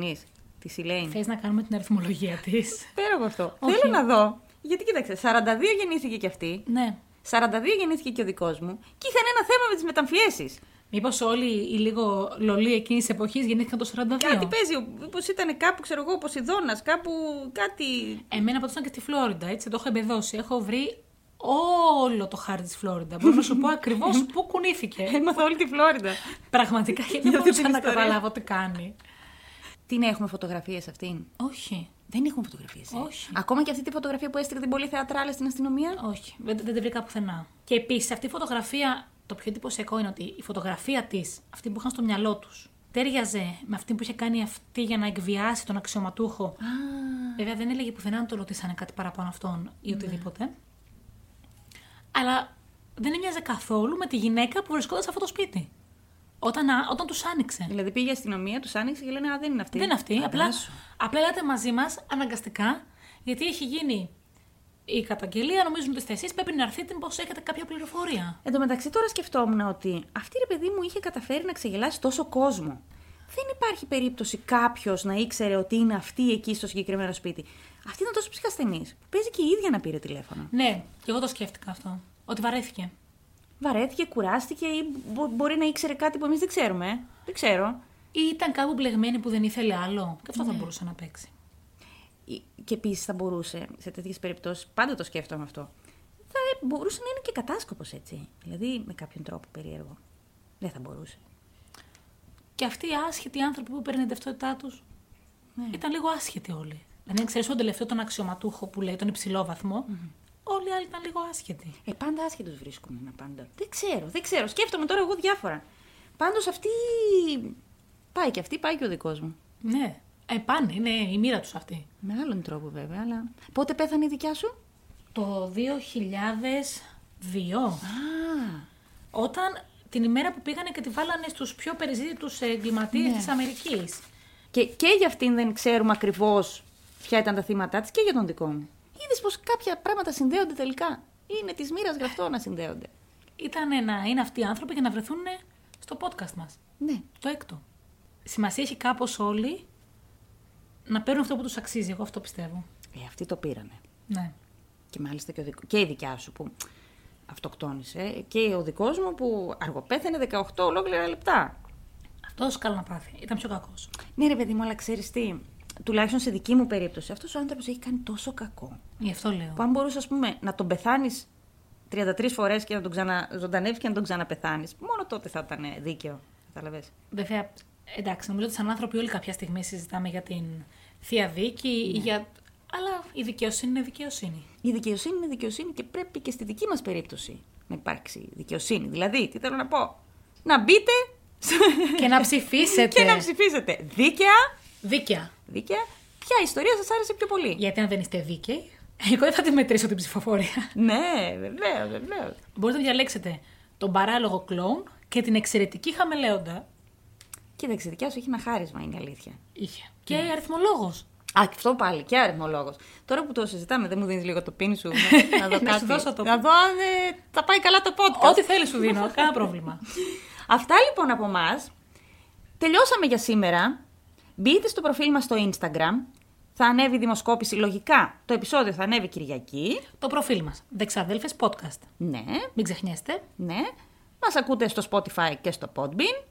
A: τη Elaine.
B: Θες να κάνουμε την αριθμολογία της.
A: Πέρα από αυτό.
B: Όχι.
A: Θέλω να δω. Γιατί κοίταξε, 42 γεννήθηκε κι αυτή.
B: ναι.
A: 42 γεννήθηκε και ο δικός μου και είχαν ένα θέμα με τις μεταμφιέσεις.
B: Μήπως όλοι οι λίγο λολοί εκείνης της εποχής γεννήθηκαν το 42.
A: Κάτι παίζει, μήπως ήταν κάπου, ξέρω εγώ, Ποσειδώνα, κάπου κάτι.
B: Εμένα πάντω ήταν και στη Φλόριντα, έτσι. Το έχω εμπεδώσει. Έχω βρει όλο το χάρτη της Φλόριντα. Μπορώ να σου πω ακριβώς πού κουνήθηκε.
A: Έμαθα όλη τη Φλόριντα.
B: Πραγματικά γιατί
A: Για αυτή
B: δεν μπορούσα
A: την
B: να
A: ιστορία.
B: καταλάβω τι κάνει.
A: Την έχουμε φωτογραφίες αυτήν.
B: Όχι.
A: Δεν έχουμε φωτογραφίες.
B: Όχι.
A: Ακόμα και αυτή τη φωτογραφία που έστειλε την πολύ θεατράλα στην αστυνομία.
B: Όχι, δεν, δεν τη βρήκα πουθενά. Και επίσης αυτή η φωτογραφία, το πιο εντυπωσιακό είναι ότι η φωτογραφία της, αυτή που είχαν στο μυαλό τους, τέριαζε με αυτή που είχε κάνει αυτή για να εκβιάσει τον αξιωματούχο.
A: Α,
B: Βέβαια δεν έλεγε πουθενά να το ρωτήσανε κάτι παραπάνω αυτόν ή
A: Ναι.
B: οτιδήποτε. Αλλά δεν έμοιαζε καθόλου με τη γυναίκα που βρισκόταν σε αυτό το σπίτι. Όταν, α- όταν τους άνοιξε.
A: Δηλαδή πήγε η αστυνομία, τους άνοιξε και λένε Α, δεν είναι αυτή.
B: Δεν είναι αυτή. Απλά,
A: Φαντάσου.
B: απλά ελάτε μαζί μας αναγκαστικά, γιατί έχει γίνει η καταγγελία. Νομίζουν ότι είστε εσείς. Πρέπει να έρθετε, μήπως έχετε κάποια πληροφορία.
A: Εν τω μεταξύ τώρα σκεφτόμουν ότι αυτή ρε παιδί μου είχε καταφέρει να ξεγελάσει τόσο κόσμο. Δεν υπάρχει περίπτωση κάποιος να ήξερε ότι είναι αυτή εκεί στο συγκεκριμένο σπίτι. Αυτή ήταν τόσο ψυχασθενής που παίζει και η ίδια να πήρε τηλέφωνο.
B: Ναι, και εγώ το σκέφτηκα αυτό. Ότι βαρέθηκε.
A: Βαρέθηκε, κουράστηκε ή μπο- μπορεί να ήξερε κάτι που εμείς δεν ξέρουμε. ε. Δεν ξέρω.
B: Ή ήταν κάπου μπλεγμένη που δεν ήθελε άλλο. Και αυτό θα μπορούσε να παίξει.
A: Και επίσης θα μπορούσε, σε τέτοιες περιπτώσεις, πάντα το σκέφτομαι αυτό, θα μπορούσε να είναι και κατάσκοπος έτσι. Δηλαδή με κάποιον τρόπο περίεργο. Δεν θα μπορούσε.
B: Και αυτοί οι άσχετοι άνθρωποι που παίρνουν την ταυτότητά τους. Ήταν λίγο άσχετοι όλοι. Δηλαδή, αν ξέρεις τον τελευταίο, τον αξιωματούχο που λέει, τον υψηλό βαθμό, όλοι οι άλλοι ήταν λίγο άσχετοι.
A: Ε, πάντα άσχετου βρίσκουμε να πάντα. Δεν ξέρω, δεν ξέρω. Σκέφτομαι τώρα εγώ διάφορα. Πάντως αυτή. Πάει και αυτή, πάει και ο δικός μου.
B: Ναι. Ε, πάνε, είναι η μοίρα τους αυτή.
A: Με άλλον τρόπο βέβαια, αλλά. Πότε πέθανε η δικιά σου,
B: Το 2002,
A: Α,
B: όταν την ημέρα που πήγανε και τη βάλανε στους πιο περιζήτητους ε, εγκληματίες της Αμερικής.
A: Και, και για αυτήν δεν ξέρουμε ακριβώς ποια ήταν τα θύματα της και για τον δικό μου. Είδες πως κάποια πράγματα συνδέονται τελικά. Είναι της μοίρας γραφτό να συνδέονται.
B: Ήταν να είναι αυτοί οι άνθρωποι για να βρεθούν στο podcast μας.
A: Ναι.
B: Το έκτο. Σημασία έχει κάπως όλοι να παίρνουν αυτό που τους αξίζει. Εγώ αυτό πιστεύω.
A: Ε, αυτοί το πήρανε.
B: Ναι.
A: Και μάλιστα και, ο δικ- και η δικιά σου που αυτοκτόνησε και ο δικός μου που αργοπέθανε 18 ολόκληρα λεπτά.
B: Αυτός καλό να πάθει. Ήταν πιο κακός.
A: Ναι, ρε παιδί μου, αλλά ξέρεις τι. Τουλάχιστον σε δική μου περίπτωση, αυτός ο άνθρωπος έχει κάνει τόσο κακό.
B: Γι' αυτό λέω.
A: Που αν μπορούσες, ας πούμε, να τον πεθάνεις 33 φορές και να τον ξαναζωντανεύει και να τον ξαναπεθάνεις, μόνο τότε θα ήταν δίκαιο. Κατάλαβε.
B: Βέβαια, εντάξει, νομίζω ότι σαν άνθρωποι όλοι κάποια στιγμή συζητάμε για την θεία δίκη, για... αλλά η δικαιοσύνη είναι δικαιοσύνη.
A: Η δικαιοσύνη είναι δικαιοσύνη και πρέπει και στη δική μας περίπτωση να υπάρξει δικαιοσύνη. Δηλαδή, τι θέλω να πω. Να μπείτε
B: και να ψηφίσετε.
A: και να ψηφίσετε δίκαια.
B: Δίκαια.
A: Δίκαια. Ποια ιστορία σας άρεσε πιο πολύ.
B: Γιατί αν δεν είστε δίκαιοι, εγώ δεν θα τη μετρήσω την ψηφοφορία.
A: Ναι, βεβαίως, βεβαίως.
B: Μπορείτε να διαλέξετε τον παράλογο κλόουν και την εξαιρετική χαμελέοντα.
A: Κοίταξε, η δικιά σου έχει ένα χάρισμα, είναι η αλήθεια.
B: Είχε. Και
A: Ναι.
B: αριθμολόγος.
A: Α, και αυτό πάλι και αριθμολόγος. Τώρα που το συζητάμε, δεν μου δίνεις λίγο το πίνι σου. να δω
B: Να σου
A: κάτι.
B: δώσω το
A: να δω αν ε, θα πάει καλά το podcast.
B: Ό,τι θέλεις σου δίνω, κανένα πρόβλημα.
A: Αυτά λοιπόν από εμάς. Τελειώσαμε για σήμερα. Μπείτε στο προφίλ μας στο Instagram. Θα ανέβει η δημοσκόπηση. Λογικά το επεισόδιο θα ανέβει Κυριακή.
B: Το προφίλ μας. Δεξαδέλφες podcast.
A: Ναι,
B: Μην ξεχνιέστε.
A: ναι. Μας ακούτε στο Spotify και στο Podbean.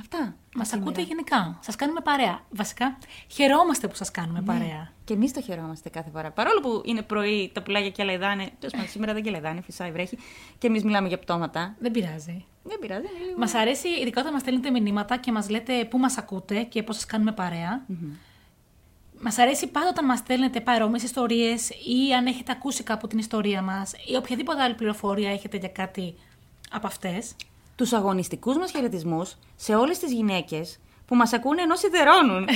A: Αυτά.
B: Μα ακούτε γενικά. Σας κάνουμε παρέα. Βασικά, χαιρόμαστε που σας
A: Ναι.
B: κάνουμε παρέα.
A: Και εμείς το χαιρόμαστε κάθε φορά. Παρόλο που είναι πρωί, τα πουλάκια κελαϊδάνε. Τέλος πάντων, σήμερα δεν κελαϊδάνε, φυσάει, βρέχει. Και εμείς μιλάμε για πτώματα.
B: Δεν πειράζει.
A: Δεν πειράζει, είναι λίγο.
B: Μας αρέσει ειδικά όταν μας στέλνετε μηνύματα και μας λέτε πού μας ακούτε και πώς σας κάνουμε παρέα. Μας αρέσει πάντα όταν μας στέλνετε παρόμοιες ιστορίες ή αν έχετε ακούσει κάπου την ιστορία μας ή οποιαδήποτε άλλη πληροφορία έχετε για κάτι από αυτές.
A: Τους αγωνιστικούς μας χαιρετισμούς σε όλες τις γυναίκες που μας ακούνε ενώ σιδερώνουν.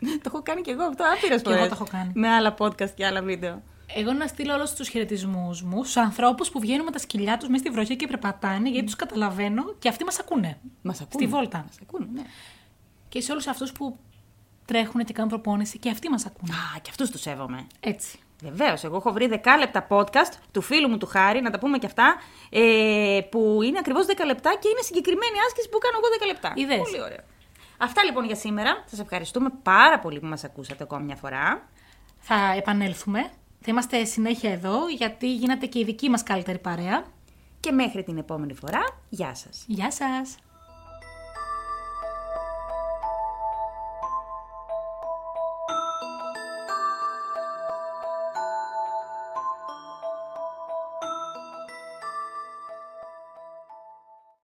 A: το έχω κάνει και εγώ αυτό άπειρε
B: Κι εγώ
A: φορέ.
B: το έχω κάνει.
A: Με άλλα podcast και άλλα βίντεο.
B: Εγώ να στείλω όλους τους χαιρετισμούς μου στους ανθρώπους που βγαίνουν με τα σκυλιά τους μέσα στη βροχή και περπατάνε, γιατί τους καταλαβαίνω και αυτοί μας ακούνε.
A: Μας ακούνε.
B: Στη βόλτα.
A: Μας ακούνε, ναι.
B: Και σε όλους αυτούς που τρέχουν και κάνουν προπόνηση και αυτοί μας ακούνε.
A: Α, και αυτούς τους σέβομαι.
B: Έτσι.
A: Βεβαίως, εγώ έχω βρει δεκάλεπτα podcast του φίλου μου του Χάρη, να τα πούμε και αυτά, ε, που είναι ακριβώς 10 λεπτά και είναι συγκεκριμένη άσκηση που κάνω εγώ 10 λεπτά.
B: Είδες.
A: Πολύ ωραία. Αυτά λοιπόν για σήμερα. Σας ευχαριστούμε πάρα πολύ που μας ακούσατε ακόμη μια φορά.
B: Θα επανέλθουμε. Θα είμαστε συνέχεια εδώ, γιατί γίνατε και η δική μας καλύτερη παρέα.
A: Και μέχρι την επόμενη φορά, γεια σας.
B: Γεια σας!